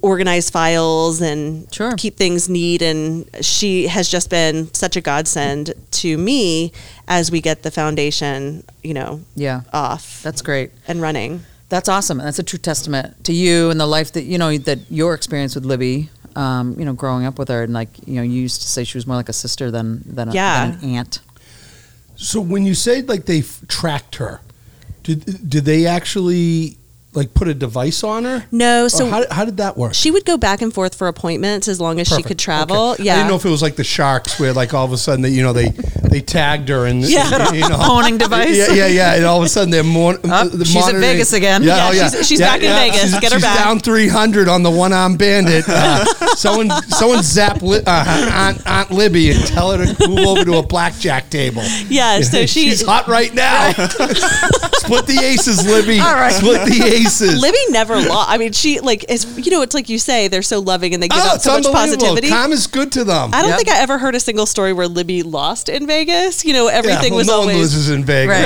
Speaker 4: organize files and
Speaker 2: Sure.
Speaker 4: keep things neat. And she has just been such a godsend to me as we get the foundation, you know,
Speaker 2: Yeah,
Speaker 4: off
Speaker 2: that's great.
Speaker 4: and running.
Speaker 2: That's awesome. And that's a true testament to you and the life that, you know, that your experience with Libby, um, you know, growing up with her. And like, you know, you used to say she was more like a sister than, than, a,
Speaker 4: Yeah.
Speaker 2: than an aunt.
Speaker 1: So when you say like they f- tracked her, did did they actually like put a device on her?
Speaker 4: No,
Speaker 1: Or
Speaker 4: so
Speaker 1: Oh, how, how did that work?
Speaker 4: she would go back and forth for appointments as long as she
Speaker 1: Perfect.
Speaker 4: could travel.
Speaker 1: Okay.
Speaker 4: Yeah.
Speaker 1: I didn't know if it was like the sharks where like all of a sudden that you know they they tagged her and
Speaker 4: Yeah.
Speaker 1: you know.
Speaker 2: Honing device.
Speaker 1: Yeah, yeah, yeah. And all of a sudden they're mon-
Speaker 2: Oh,
Speaker 1: the
Speaker 2: she's in
Speaker 1: monitoring-
Speaker 2: Vegas again.
Speaker 1: Yeah,
Speaker 4: Yeah,
Speaker 1: oh, yeah.
Speaker 4: she's- she's
Speaker 1: Yeah,
Speaker 4: back in
Speaker 1: yeah.
Speaker 4: Vegas.
Speaker 1: She's,
Speaker 4: Get her
Speaker 1: she's
Speaker 4: back.
Speaker 1: down 300 on the one arm bandit. Uh, someone, someone zap li- uh, Aunt, Aunt Libby and tell her to move over to a blackjack table.
Speaker 4: Yeah, so she-
Speaker 1: she's hot right now. Split the aces, Libby. All right. Split the aces.
Speaker 4: Libby never lost. I mean, she like is you know, it's like you say they're so loving and they give
Speaker 1: Oh,
Speaker 4: out
Speaker 1: it's
Speaker 4: so much
Speaker 1: unbelievable.
Speaker 4: positivity.
Speaker 1: Time is good to them.
Speaker 4: I don't
Speaker 2: Yeah.
Speaker 4: think I ever heard a single story where Libby lost in Vegas. You know,
Speaker 1: Yeah,
Speaker 4: everything
Speaker 1: well,
Speaker 4: was
Speaker 1: no
Speaker 4: always
Speaker 1: one loses in Vegas.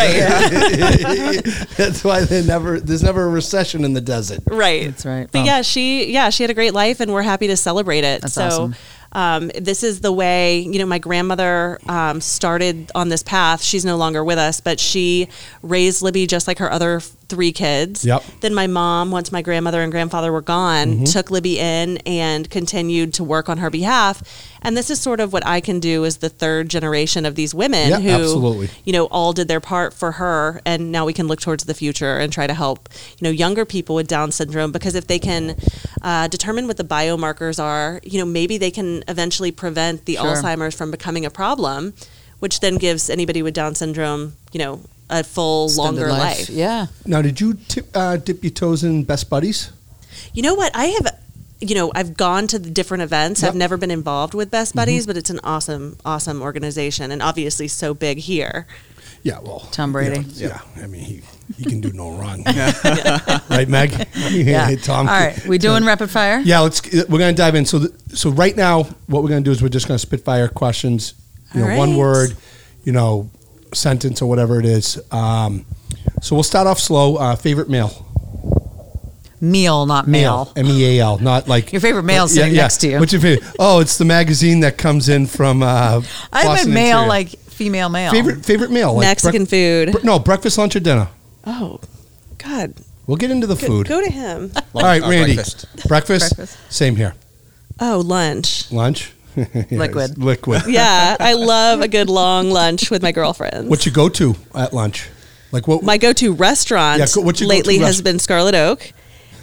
Speaker 2: Right,
Speaker 1: That's why they never. There's never a recession in the desert.
Speaker 4: right.
Speaker 2: That's right.
Speaker 4: But
Speaker 2: Oh.
Speaker 4: yeah, she yeah she had a great life, and we're happy to celebrate it.
Speaker 2: That's
Speaker 4: so.
Speaker 2: awesome.
Speaker 4: Um, this is the way, you know, my grandmother um, started on this path. She's no longer with us, but she raised Libby just like her other three kids.
Speaker 1: Yep. Mm-hmm.
Speaker 4: Then my mom, once my grandmother and grandfather were gone, took Libby in and continued to work on her behalf. And this is sort of what I can do as the third generation of these women
Speaker 1: Yeah,
Speaker 4: who,
Speaker 1: absolutely.
Speaker 4: you know, all did their part for her. And now we can look towards the future and try to help, you know, younger people with Down syndrome because if they can uh, determine what the biomarkers are, you know, maybe they can eventually prevent the
Speaker 2: Sure.
Speaker 4: Alzheimer's from becoming a problem, which then gives anybody with Down syndrome, you know, a full,
Speaker 2: Extended
Speaker 4: longer life.
Speaker 2: Yeah.
Speaker 1: Now, did you tip, uh, dip your toes in Best Buddies?
Speaker 4: You know what? I have, you know, I've gone to the different events.
Speaker 1: Yep.
Speaker 4: I've never been involved with Best Buddies, but it's an awesome, awesome organization and obviously so big here.
Speaker 1: Yeah, well,
Speaker 2: Tom Brady.
Speaker 1: you know, yeah, I mean, he, he can do no wrong, right, Meg? Yeah, Tom.
Speaker 2: All right. We doing rapid fire?
Speaker 1: Yeah, let's. We're gonna dive in. So, the, so right now, what we're gonna do is we're just gonna spitfire questions. You know,
Speaker 4: All
Speaker 1: one
Speaker 4: right.
Speaker 1: word, you know, sentence or whatever it is. Um, so we'll start off slow. Uh, favorite meal.
Speaker 2: Meal, not mail.
Speaker 1: M E A L, not like
Speaker 2: Your favorite mail's sitting next to you.
Speaker 1: What's your favorite? Oh, it's the magazine that comes in from. Uh,
Speaker 2: I meant
Speaker 1: Boston
Speaker 2: mail,
Speaker 1: Interior.
Speaker 2: like female mail.
Speaker 1: favorite favorite meal. like
Speaker 4: Mexican
Speaker 1: brec-
Speaker 4: food.
Speaker 1: bre- no, breakfast, lunch, or dinner.
Speaker 4: Oh, God.
Speaker 1: We'll get into the
Speaker 4: Go-
Speaker 1: food.
Speaker 4: Go to him.
Speaker 1: All right,
Speaker 3: Uh,
Speaker 1: Randy.
Speaker 3: breakfast.
Speaker 1: Breakfast. Same here.
Speaker 4: Oh, lunch.
Speaker 1: Lunch. Yeah, it's
Speaker 2: Liquid.
Speaker 1: Liquid.
Speaker 4: Yeah, I love a good long lunch with my girlfriends.
Speaker 1: What's your go-to at lunch? Like what?
Speaker 4: my go-to restaurant
Speaker 1: Yeah, go- what's your
Speaker 4: lately
Speaker 1: go-to
Speaker 4: has
Speaker 1: rest-
Speaker 4: been Scarlet Oak.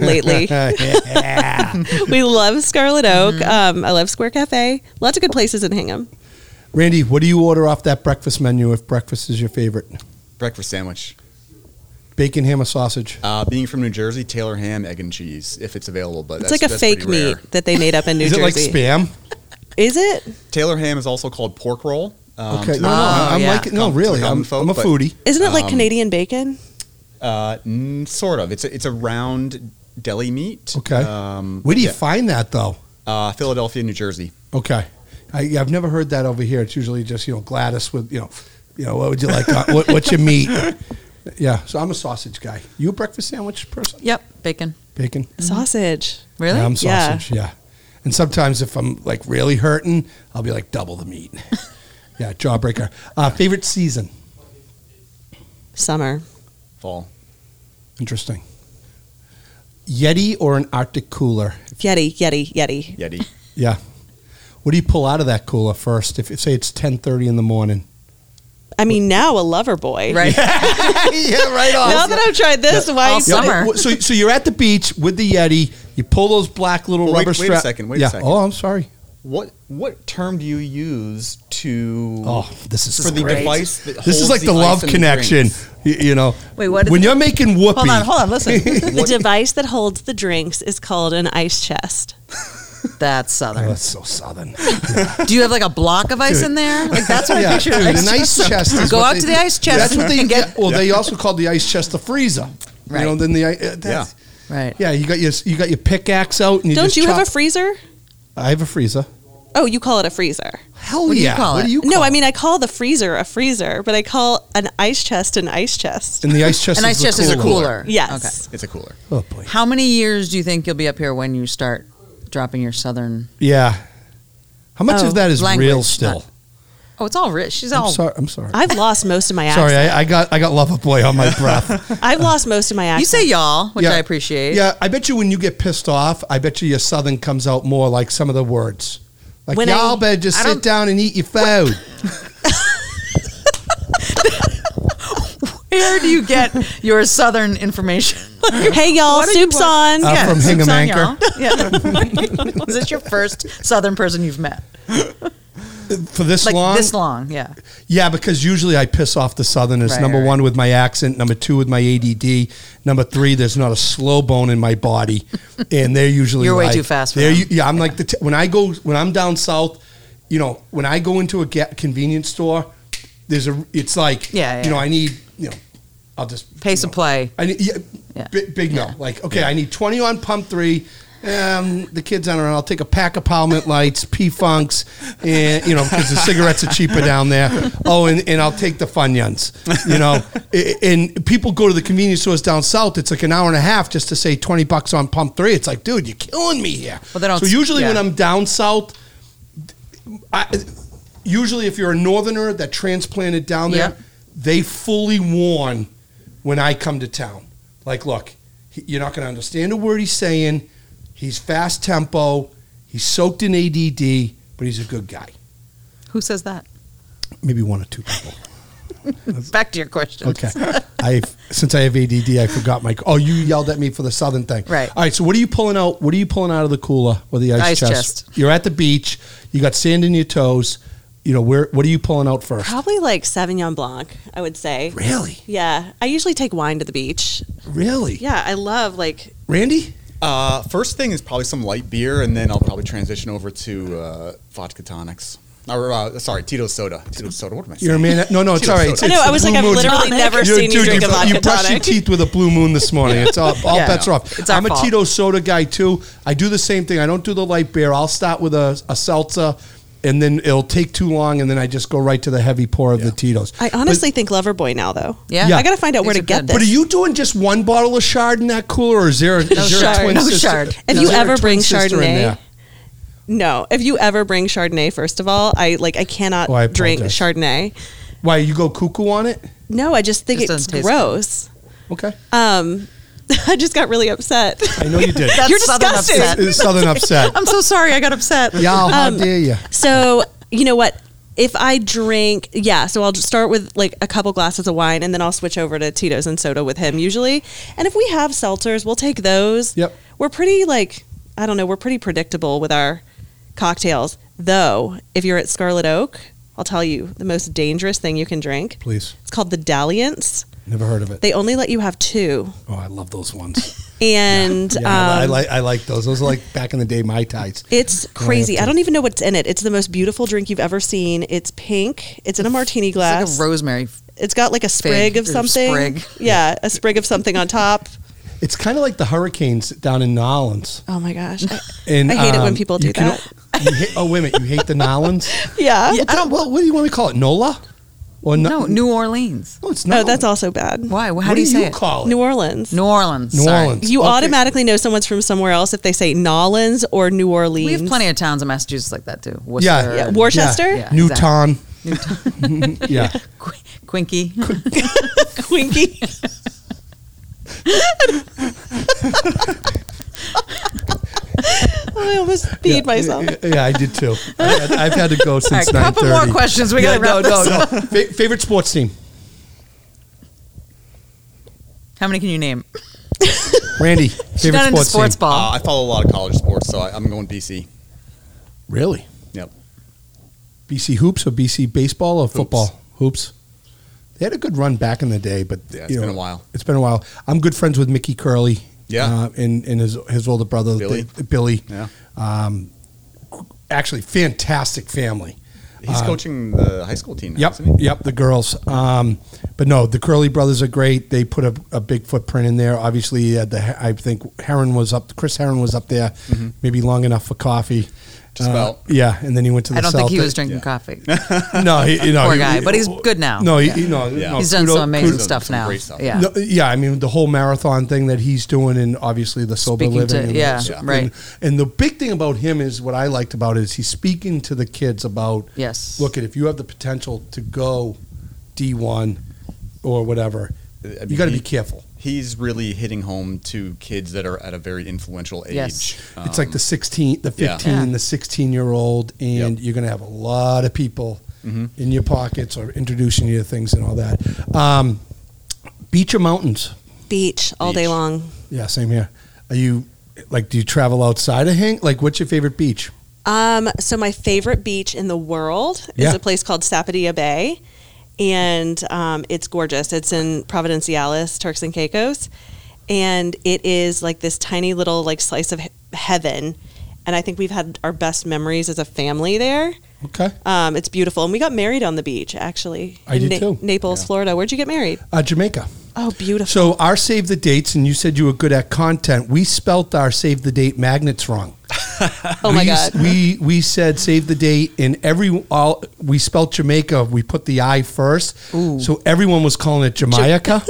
Speaker 4: Lately,
Speaker 1: Yeah.
Speaker 4: we love Scarlet Oak.
Speaker 3: Mm-hmm.
Speaker 4: Um, I love Square Cafe. Lots of good places in Hingham.
Speaker 1: Randy, what do you order off that breakfast menu if breakfast is your favorite?
Speaker 3: Breakfast sandwich.
Speaker 1: Bacon, ham, or sausage?
Speaker 3: Uh, being from New Jersey, Taylor ham, egg and cheese, if it's available. But
Speaker 4: It's
Speaker 3: that's,
Speaker 4: like a
Speaker 3: that's
Speaker 4: fake
Speaker 3: pretty
Speaker 4: meat
Speaker 3: rare.
Speaker 4: that they made up in New
Speaker 1: is it
Speaker 4: Jersey.
Speaker 1: like spam?
Speaker 4: Is it?
Speaker 3: Taylor ham is also called pork roll. Um,
Speaker 1: Okay,
Speaker 3: to
Speaker 1: no, no,
Speaker 3: the-
Speaker 1: I'm
Speaker 2: Oh, yeah.
Speaker 1: like it. No,
Speaker 3: Come-
Speaker 1: really,
Speaker 3: come
Speaker 1: I'm,
Speaker 3: folk,
Speaker 1: I'm a
Speaker 3: but-
Speaker 1: foodie.
Speaker 4: Isn't it like
Speaker 3: Um,
Speaker 4: Canadian bacon?
Speaker 3: uh, mm, sort of. It's a, it's a round deli meat.
Speaker 1: Okay.
Speaker 3: Um,
Speaker 1: Where do you
Speaker 3: yeah.
Speaker 1: find that though?
Speaker 3: Uh, Philadelphia, New Jersey.
Speaker 1: Okay, I, I've never heard that over here. It's usually just you know Gladys with you know, you know what would you like? uh, what, what's your meat? Yeah, so I'm a sausage guy. You a breakfast sandwich person?
Speaker 2: Yep. Bacon.
Speaker 1: Bacon.
Speaker 4: Sausage.
Speaker 2: Really?
Speaker 1: Yeah, I'm
Speaker 4: Yeah.
Speaker 1: sausage. Yeah. And sometimes if I'm like really hurting, I'll be like double the meat. yeah, jawbreaker. Uh, favorite season?
Speaker 4: Summer.
Speaker 3: Fall.
Speaker 1: Interesting. Yeti or an Arctic cooler?
Speaker 4: Yeti, Yeti, Yeti.
Speaker 3: Yeti.
Speaker 1: Yeah. What do you pull out of that cooler first? If, if say it's ten thirty in the morning.
Speaker 4: I mean, now a lover boy.
Speaker 2: Right.
Speaker 1: yeah, right on.
Speaker 4: Now that I've tried this, why?
Speaker 2: All summer.
Speaker 1: So, so you're at the beach with the Yeti. You pull those black little
Speaker 3: Well, wait-
Speaker 1: rubber
Speaker 3: wait a
Speaker 1: straps.
Speaker 3: second, wait a
Speaker 1: yeah.
Speaker 3: second.
Speaker 1: Oh, I'm sorry.
Speaker 3: What what term do you use to
Speaker 1: Oh, this is
Speaker 3: for the
Speaker 1: great.
Speaker 3: device? That
Speaker 1: This is
Speaker 3: holds
Speaker 1: like the,
Speaker 3: ice
Speaker 1: love
Speaker 3: and
Speaker 1: connection.
Speaker 3: drinks?
Speaker 1: y- You, know.
Speaker 2: Wait, what is
Speaker 1: when
Speaker 2: it?
Speaker 1: you're making whoopee.
Speaker 2: Hold on. Hold on. Listen.
Speaker 4: The device that holds the drinks is called an ice chest.
Speaker 2: That's
Speaker 1: Oh,
Speaker 2: southern.
Speaker 1: that's so southern.
Speaker 2: Do you have like a block of ice in there? Like that's what I
Speaker 1: yeah,
Speaker 2: picture.
Speaker 1: dude,
Speaker 2: ice
Speaker 1: an ice
Speaker 2: chest.
Speaker 1: chest. is
Speaker 2: Go
Speaker 1: what
Speaker 2: out
Speaker 1: they-
Speaker 2: to the ice chest
Speaker 1: That's what they
Speaker 2: and
Speaker 1: get. Well, they also called the ice chest the freezer. You know,
Speaker 2: Right.
Speaker 1: then the i- uh, that's,
Speaker 2: Right.
Speaker 1: yeah. you got your you got your pickaxe out and you
Speaker 4: Don't
Speaker 1: just
Speaker 4: you have a
Speaker 1: chop-
Speaker 4: freezer?
Speaker 1: I have a freezer.
Speaker 4: Oh, you call it a freezer.
Speaker 1: Hell
Speaker 2: What do you
Speaker 1: yeah!
Speaker 2: call
Speaker 1: what
Speaker 2: it?
Speaker 1: do you call
Speaker 4: No, I
Speaker 1: it?
Speaker 4: mean I call the freezer a freezer, but I call an ice chest an ice chest.
Speaker 1: and the ice chest.
Speaker 2: An ice
Speaker 1: the
Speaker 2: chest is a
Speaker 1: cooler.
Speaker 2: cooler.
Speaker 4: Yes.
Speaker 3: It's a cooler.
Speaker 1: Oh boy.
Speaker 2: Okay. How many years do you think you'll be up here when you start dropping your southern?
Speaker 1: Yeah. How much
Speaker 4: Oh,
Speaker 1: of that is
Speaker 2: language,
Speaker 1: real
Speaker 2: not-
Speaker 1: still?
Speaker 2: Oh, it's all rich. She's all.
Speaker 1: I'm sorry. I'm sorry.
Speaker 4: I've lost most of my
Speaker 1: sorry,
Speaker 4: accent.
Speaker 1: I, I got I got love a boy on my breath.
Speaker 4: I've lost most of my accent.
Speaker 2: You say y'all, which
Speaker 1: Yeah.
Speaker 2: I appreciate.
Speaker 1: Yeah, I bet you when you get pissed off, I bet you your southern comes out more like some of the words. Like
Speaker 4: When I-
Speaker 1: y'all better just
Speaker 2: I
Speaker 1: sit
Speaker 2: don't-
Speaker 1: down and eat your food.
Speaker 2: Where do you get your southern information?
Speaker 4: hey y'all,
Speaker 2: What are you
Speaker 4: soup's on.
Speaker 2: watching?
Speaker 1: I'm from
Speaker 2: soups
Speaker 1: Hingham
Speaker 2: on
Speaker 1: Anchor.
Speaker 2: y'all. Yeah. Is this your first southern person you've met?
Speaker 1: for this
Speaker 2: like
Speaker 1: long.
Speaker 2: this long. Yeah.
Speaker 1: Yeah, because usually I piss off the Southerners.
Speaker 2: Right,
Speaker 1: number
Speaker 2: right,
Speaker 1: one with my accent. Number two with my ADD. Number three, there's not a slow bone in my body, and they're usually
Speaker 2: You're way
Speaker 1: like-
Speaker 2: too fast for
Speaker 1: they're
Speaker 2: them.
Speaker 1: u- yeah, I'm like the t- when I go when I'm down south, you know, when I go into a ga- convenience store, there's a it's like
Speaker 2: Yeah,
Speaker 1: you know
Speaker 2: yeah.
Speaker 1: I need you know I'll just
Speaker 2: Pace
Speaker 1: you
Speaker 2: of
Speaker 1: know,
Speaker 2: play.
Speaker 1: I need, yeah,
Speaker 2: Yeah.
Speaker 1: bi- Big, no. Like, okay, I need 20 on pump three. Um, the kids on around. I'll take a pack of Parliament Lights, P Funks, and you know because the cigarettes are cheaper down there. Oh, and, and I'll take the Funyuns. You know, I- and people go to the convenience stores down south. It's like an hour and a half just to say 20 bucks on pump three. It's like, dude, you're killing me here.
Speaker 2: Well, they don't-
Speaker 1: so usually when
Speaker 2: yeah.
Speaker 1: I'm down south, I, usually if you're a northerner that transplanted down there,
Speaker 2: Yep.
Speaker 1: they fully warn when I come to town. Like, look, he- you're not going to understand a word he's saying. He's fast tempo. He's soaked in ADD, but he's a good guy.
Speaker 2: Who says that?
Speaker 1: Maybe one or two people.
Speaker 2: Back to your question.
Speaker 1: Okay. I since I have ADD, I forgot my. Oh, you yelled at me for the southern thing.
Speaker 2: Right.
Speaker 1: All right. So what are you pulling out? What are you pulling out of the cooler or the ice,
Speaker 2: Ice
Speaker 1: chest?
Speaker 2: chest.
Speaker 1: You're at the beach. You got sand in your toes. You know where? What are you pulling out first?
Speaker 4: Probably like Sauvignon Blanc, I would say.
Speaker 1: Really,
Speaker 4: Yeah, I usually take wine to the beach.
Speaker 1: really,
Speaker 4: Yeah, I love like
Speaker 1: Randy.
Speaker 3: Uh, first thing is probably some light beer, and then I'll probably transition over to uh, vodka tonics. Or, uh, sorry, Tito's soda. Tito's soda. What am I saying?
Speaker 1: You're a man. No, no, it's all right. It's,
Speaker 3: I
Speaker 4: know,
Speaker 1: it's
Speaker 4: I
Speaker 1: the
Speaker 4: was like,
Speaker 1: blue
Speaker 4: I've
Speaker 1: moon.
Speaker 4: literally never
Speaker 1: You're-
Speaker 4: seen you
Speaker 1: dude,
Speaker 4: drink a
Speaker 1: you,
Speaker 4: vodka
Speaker 1: you brushed your
Speaker 4: tonic.
Speaker 1: teeth with a blue moon this morning. It's all, all
Speaker 2: Yeah.
Speaker 1: bets are off.
Speaker 2: It's our
Speaker 1: I'm a
Speaker 2: fault.
Speaker 1: Tito soda guy too. I do the same thing. I don't do the light beer. I'll start with a, a seltzer, and then it'll take too long, and then I just go right to the heavy pour of the
Speaker 3: Yeah.
Speaker 1: Tito's.
Speaker 4: I honestly think Loverboy now though.
Speaker 2: Yeah.
Speaker 1: Yeah.
Speaker 4: I got to find out where
Speaker 2: These
Speaker 4: to
Speaker 2: are
Speaker 4: get
Speaker 2: good.
Speaker 4: this.
Speaker 1: But are you doing just one bottle of Chard in that cooler, or is there, is there
Speaker 2: Chard.
Speaker 1: a twin
Speaker 2: No
Speaker 1: sister?
Speaker 2: Chard.
Speaker 4: If
Speaker 1: is
Speaker 4: you
Speaker 1: there a
Speaker 4: ever
Speaker 1: twin
Speaker 4: bring
Speaker 1: sister in
Speaker 4: Chardonnay-
Speaker 1: there?
Speaker 4: no, if you ever bring Chardonnay, first of all, I like I cannot
Speaker 1: Oh, I
Speaker 4: drink
Speaker 1: apologize.
Speaker 4: Chardonnay.
Speaker 1: why you go cuckoo on it?
Speaker 4: No, I just think
Speaker 2: Just
Speaker 4: it's
Speaker 2: doesn't taste
Speaker 4: gross.
Speaker 1: Okay,
Speaker 4: Um, I just got really upset.
Speaker 1: I know you did.
Speaker 2: That's
Speaker 4: You're
Speaker 2: Southern
Speaker 4: disgusting.
Speaker 2: upset.
Speaker 1: It's Southern upset.
Speaker 4: Um,
Speaker 2: I'm so sorry. I got upset.
Speaker 1: Y'all, how dare you?
Speaker 4: So you know what? If I drink, yeah, so I'll just start with like a couple glasses of wine, and then I'll switch over to Tito's and soda with him usually. And if we have seltzers, we'll take those.
Speaker 1: Yep.
Speaker 4: We're pretty like I don't know. We're pretty predictable with our cocktails, though. If you're at Scarlet Oak, I'll tell you the most dangerous thing you can drink.
Speaker 1: Please,
Speaker 4: It's called the dalliance.
Speaker 1: never heard of it.
Speaker 4: They only let you have two,
Speaker 1: Oh, I love those ones.
Speaker 4: and
Speaker 1: Yeah, I, I
Speaker 4: um,
Speaker 1: like I like those. Those are like back in the day my tights.
Speaker 4: It's crazy. I don't even know what's in it. It's the most beautiful drink you've ever seen. It's pink. It's in a martini glass.
Speaker 2: It's like a rosemary.
Speaker 4: it's got like a sprig
Speaker 2: fig
Speaker 4: of
Speaker 2: or
Speaker 4: something.
Speaker 2: sprig.
Speaker 4: Yeah, a sprig of something on top.
Speaker 1: It's kind of like the hurricanes down in Nolans.
Speaker 4: Oh my gosh. I,
Speaker 1: And
Speaker 4: I hate it when
Speaker 1: um,
Speaker 4: people
Speaker 1: you
Speaker 4: do
Speaker 1: can-
Speaker 4: that.
Speaker 1: you hate- oh wait a minute, you hate the Nolans?
Speaker 4: yeah. Oh,
Speaker 1: I don't. What, what do you want me to call it? Nola? Or
Speaker 2: No, New Orleans.
Speaker 1: No, it's
Speaker 4: No,
Speaker 1: not.
Speaker 4: that's also bad.
Speaker 2: Why? How
Speaker 1: what
Speaker 2: do you say it?
Speaker 1: call it?
Speaker 4: New Orleans.
Speaker 2: New Orleans.
Speaker 1: New
Speaker 2: sorry.
Speaker 1: Orleans.
Speaker 4: you
Speaker 1: Okay.
Speaker 4: automatically know someone's from somewhere else if they say Nolans or New Orleans.
Speaker 2: We have plenty of towns in Massachusetts like that too. Worcester,
Speaker 1: Yeah.
Speaker 4: Yeah,
Speaker 2: and
Speaker 4: Worcester. Worcester?
Speaker 1: Yeah.
Speaker 2: Yeah,
Speaker 1: Newton. yeah.
Speaker 2: Qu- Quinky.
Speaker 4: Quinky. I almost peed myself.
Speaker 1: Yeah, yeah, I did too. I, I've had to go
Speaker 2: All right,
Speaker 1: since
Speaker 2: a
Speaker 1: nine
Speaker 2: couple more questions. We got to wrap this up.
Speaker 1: Fa- favorite sports team?
Speaker 2: How many can you name?
Speaker 1: Randy. Favorite
Speaker 2: She's not into
Speaker 1: sports,
Speaker 2: sports
Speaker 1: team? Ah,
Speaker 2: ball.
Speaker 3: Uh, I follow a lot of college sports, so I, I'm going BC.
Speaker 1: Really?
Speaker 3: Yep.
Speaker 1: BC hoops or BC baseball or football hoops. They had a good run back in the day, but
Speaker 3: Yeah,
Speaker 1: it's
Speaker 3: it's been a while.
Speaker 1: It's been a while. I'm good friends with Mickey Curley,
Speaker 3: Yeah.
Speaker 1: uh, and and his his older brother
Speaker 3: Billy.
Speaker 1: they- Billy.
Speaker 3: Yeah.
Speaker 1: Um, actually, fantastic family.
Speaker 3: He's coaching the high school team now,
Speaker 1: Uh, Yep,
Speaker 3: isn't he?
Speaker 1: yep, the girls. Um, but no, the Curley brothers are great. They put a, a big footprint in there. Obviously, uh, the I think Heron was up. Chris Heron was up there, maybe long enough for coffee.
Speaker 3: Mm-hmm.
Speaker 1: Uh,
Speaker 3: Just about.
Speaker 1: Yeah, and then he went to the.
Speaker 2: I don't think he
Speaker 1: Celtic-
Speaker 2: was drinking
Speaker 3: Yeah.
Speaker 2: coffee.
Speaker 1: no, he, you know,
Speaker 2: Poor
Speaker 1: he-
Speaker 2: guy,
Speaker 1: he- oh,
Speaker 2: but he's good now.
Speaker 1: No, he,
Speaker 2: Yeah.
Speaker 1: he- no,
Speaker 3: Yeah.
Speaker 1: no,
Speaker 2: He's done
Speaker 1: kudo-
Speaker 2: some amazing
Speaker 1: kudo-
Speaker 2: stuff
Speaker 3: some
Speaker 2: now.
Speaker 3: great stuff.
Speaker 2: Yeah.
Speaker 1: No, yeah, I mean the whole marathon thing that he's doing, and obviously the sober
Speaker 2: Speaking
Speaker 1: living.
Speaker 2: to-
Speaker 1: and
Speaker 2: yeah,
Speaker 1: so-
Speaker 2: Yeah. right.
Speaker 1: And, and the big thing about him is what I liked about it is he's speaking to the kids about
Speaker 2: Yes.
Speaker 1: Look at if you have the potential to go D one or whatever,
Speaker 3: I
Speaker 1: you
Speaker 3: mean,
Speaker 1: got to
Speaker 3: he-
Speaker 1: be careful.
Speaker 3: He's really hitting home to kids that are at a very influential age. Um,
Speaker 2: Yes.
Speaker 1: it's like the 16, the
Speaker 3: yeah.
Speaker 1: 15,
Speaker 2: Yeah.
Speaker 1: the 16 year old, and
Speaker 3: Yep. Mm-hmm.
Speaker 1: you're going to have a lot of people in your pockets or introducing you to things and all that. Um, beach or mountains?
Speaker 4: Beach all day
Speaker 3: Beach.
Speaker 4: long.
Speaker 1: Yeah, same here. Are you like, do you travel outside of Hang? Like, what's your favorite beach?
Speaker 4: Um, so my favorite beach in the world
Speaker 1: Yeah.
Speaker 4: is a place called Sappadia Bay, and um, it's gorgeous. It's in Providenciales, Turks and Caicos, and it is like this tiny little like slice of he- heaven. And I think we've had our best memories as a family there.
Speaker 1: Okay.
Speaker 4: Um, it's beautiful, and we got married on the beach actually.
Speaker 1: I
Speaker 4: in
Speaker 1: did too.
Speaker 4: Naples, Florida. Where'd you get married?
Speaker 1: Uh, Jamaica.
Speaker 4: Oh, beautiful.
Speaker 1: So our save the dates, and you said you were good at content. We spelt our save the date magnets wrong.
Speaker 4: oh my
Speaker 1: we,
Speaker 4: god.
Speaker 1: We we said save the date in every all we spelt Jamaica. We put the I first, so everyone was calling it Jamaica.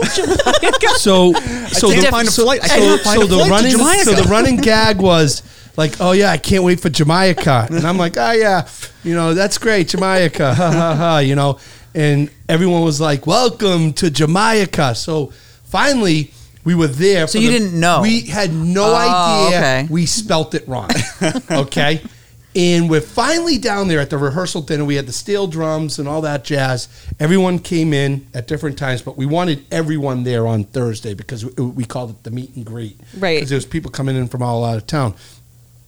Speaker 1: so so
Speaker 3: I can't
Speaker 1: the,
Speaker 3: find a
Speaker 1: so,
Speaker 3: flight. I
Speaker 1: so-
Speaker 3: can't find
Speaker 1: so
Speaker 3: a
Speaker 1: the
Speaker 3: flight to
Speaker 1: running
Speaker 3: Jamaica.
Speaker 1: so the running gag was. Like, oh yeah, I can't wait for Jamaica, and I'm like, oh yeah, you know that's great, Jamaica, ha ha ha, you know, and everyone was like, welcome to Jamaica. So finally, we were there.
Speaker 2: So you didn't know?
Speaker 1: we had no
Speaker 2: Oh,
Speaker 1: idea.
Speaker 2: okay.
Speaker 1: We spelt it wrong. okay. And we're finally down there at the rehearsal dinner. We had the steel drums and all that jazz. Everyone came in at different times, but we wanted everyone there on Thursday because we- we called it the meet and greet.
Speaker 4: Right.
Speaker 1: Because there was people coming in from all out of town.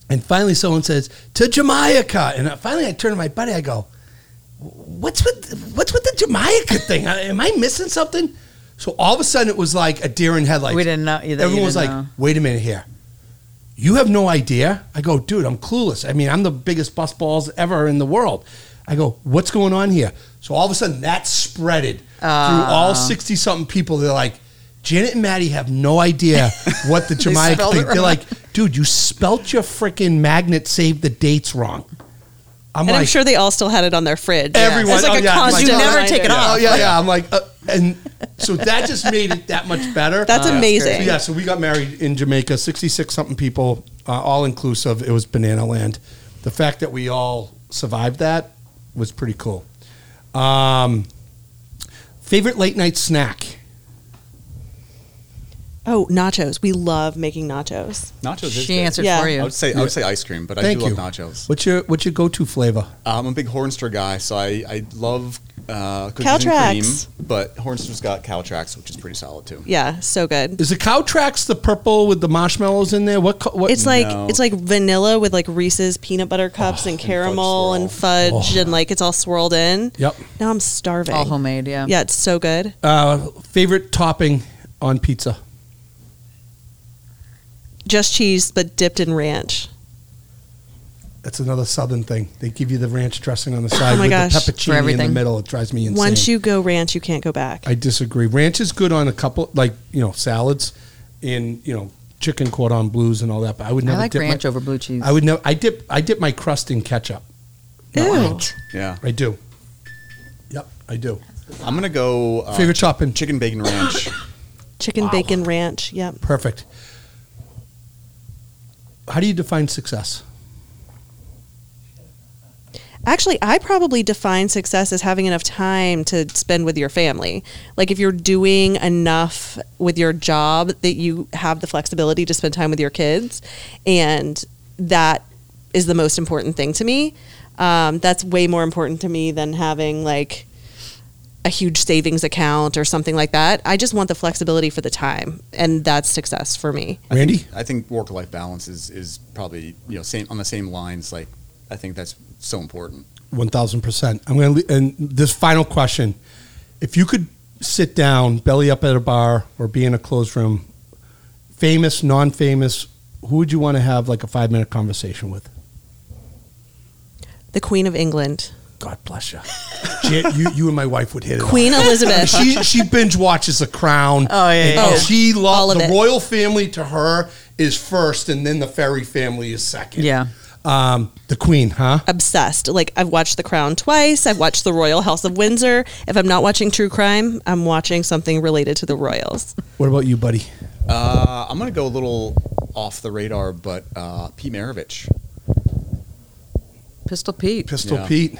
Speaker 1: And finally, someone says to Jamaica, and I- finally I turn to my buddy. I go, "What's with what's with the Jamaica thing? I- Am I missing something?" So all of a sudden, it was like a deer in headlights.
Speaker 2: We didn't know- that you
Speaker 1: Everyone was
Speaker 2: didn't
Speaker 1: like,
Speaker 2: know.
Speaker 1: "Wait a minute here." You have no idea. I go, dude, I'm clueless. I mean, I'm the biggest bus balls ever in the world. I go, what's going on here? So all of a sudden, that spreaded through all sixty something people. They're like, Janet and Maddie have no idea what the Jamaica
Speaker 2: spelled
Speaker 1: thing.
Speaker 2: it
Speaker 1: They're
Speaker 2: wrong.
Speaker 1: like, dude, you spelt your freaking magnet save the dates wrong. I'm
Speaker 4: and
Speaker 1: like,
Speaker 4: I'm sure they all still had it on their fridge.
Speaker 1: everyone.
Speaker 4: It's like
Speaker 1: oh,
Speaker 4: a
Speaker 1: yeah. I'm
Speaker 4: constant
Speaker 2: You never
Speaker 4: reminder.
Speaker 2: take it
Speaker 1: yeah,
Speaker 2: off.
Speaker 1: Oh yeah, yeah. I'm like, uh, and so that just made it that much better.
Speaker 4: That's
Speaker 1: Yeah.
Speaker 4: amazing.
Speaker 1: So, yeah, so we got married in Jamaica, 66 something people, uh, all inclusive. It was banana land. The fact that we all survived that was pretty cool. Um, favorite late night snack?
Speaker 4: Oh, nachos. We love making nachos.
Speaker 3: Nachos. is
Speaker 2: She
Speaker 3: good.
Speaker 2: answered
Speaker 4: Yeah.
Speaker 2: for you.
Speaker 3: I would say I would say ice cream, but
Speaker 1: Thank
Speaker 3: I do
Speaker 1: you.
Speaker 3: love nachos.
Speaker 1: What's your what's your go to flavor?
Speaker 3: I'm a big Hornster guy, so I, I love uh, cookies and
Speaker 4: Caltrax.
Speaker 3: cream, but Hornster's got Caltrax, which is pretty solid too.
Speaker 4: Yeah, so good.
Speaker 1: Is the cow tracks the purple with the marshmallows in there? What co- what?
Speaker 4: It's like
Speaker 3: No.
Speaker 4: it's like vanilla with like Reese's peanut butter
Speaker 1: Ah,
Speaker 4: cups and caramel and fudge,
Speaker 1: swirl. Oh.
Speaker 4: and, like it's all swirled in.
Speaker 1: Yep.
Speaker 4: Now I'm starving.
Speaker 2: All homemade, yeah.
Speaker 4: Yeah, it's so good.
Speaker 1: uh, favorite topping on pizza?
Speaker 4: Just cheese, but dipped in ranch.
Speaker 1: That's another southern thing. They give you the ranch dressing on the side
Speaker 4: Oh my
Speaker 1: with
Speaker 4: gosh.
Speaker 1: the
Speaker 4: For
Speaker 1: pepperoni in the
Speaker 2: everything.
Speaker 1: middle. It drives me insane.
Speaker 4: Once you go ranch, you can't go back.
Speaker 1: I disagree. Ranch is good on a couple, like you know, salads, and you know, chicken cordon blues and all that. But I would
Speaker 2: I
Speaker 1: never
Speaker 2: like
Speaker 1: dip my-
Speaker 2: ranch over blue cheese.
Speaker 1: I would never. I dip. I dip my crust in ketchup. not
Speaker 4: Ew.
Speaker 1: ranch.
Speaker 3: Yeah,
Speaker 1: I do. Yep, I do.
Speaker 3: I'm gonna go uh,
Speaker 1: Favorite topping?
Speaker 3: chicken bacon ranch.
Speaker 4: Chicken bacon ranch. Yep.
Speaker 1: Perfect. How do you define success?
Speaker 4: Actually, I probably define success as having enough time to spend with your family. Like if you're doing enough with your job that you have the flexibility to spend time with your kids, and that is the most important thing to me. Um, that's way more important to me than having like a huge savings account or something like that. I just want the flexibility for the time, and that's success for me.
Speaker 1: Randy,
Speaker 3: I think work life balance is is probably you know same on the same lines. Like I think that's so important.
Speaker 1: one thousand percent. I'm going to. And this final question: If you could sit down, belly up at a bar, or be in a closed room, famous, non-famous, who would you want to have like a five-minute conversation with?
Speaker 4: The Queen of England,
Speaker 1: God bless you. Jan, you, you and my wife would hit it.
Speaker 4: Queen
Speaker 1: off.
Speaker 4: Elizabeth.
Speaker 1: She she binge watches The Crown.
Speaker 2: Oh, yeah,
Speaker 1: and
Speaker 2: yeah,
Speaker 4: yeah.
Speaker 1: She
Speaker 4: All
Speaker 1: loves
Speaker 4: of
Speaker 1: the
Speaker 4: it.
Speaker 1: royal family. To her is first, and then the Ferry family is second.
Speaker 2: Yeah.
Speaker 1: Um, the Queen, huh?
Speaker 4: obsessed. Like I've watched The Crown twice. I've watched The Royal House of Windsor. If I'm not watching true crime, I'm watching something related to the royals.
Speaker 1: What about you, buddy?
Speaker 3: Uh, I'm gonna go a little off the radar, but uh, Pete Maravich.
Speaker 2: Pistol Pete.
Speaker 1: Pistol
Speaker 3: Yeah.
Speaker 1: Pete.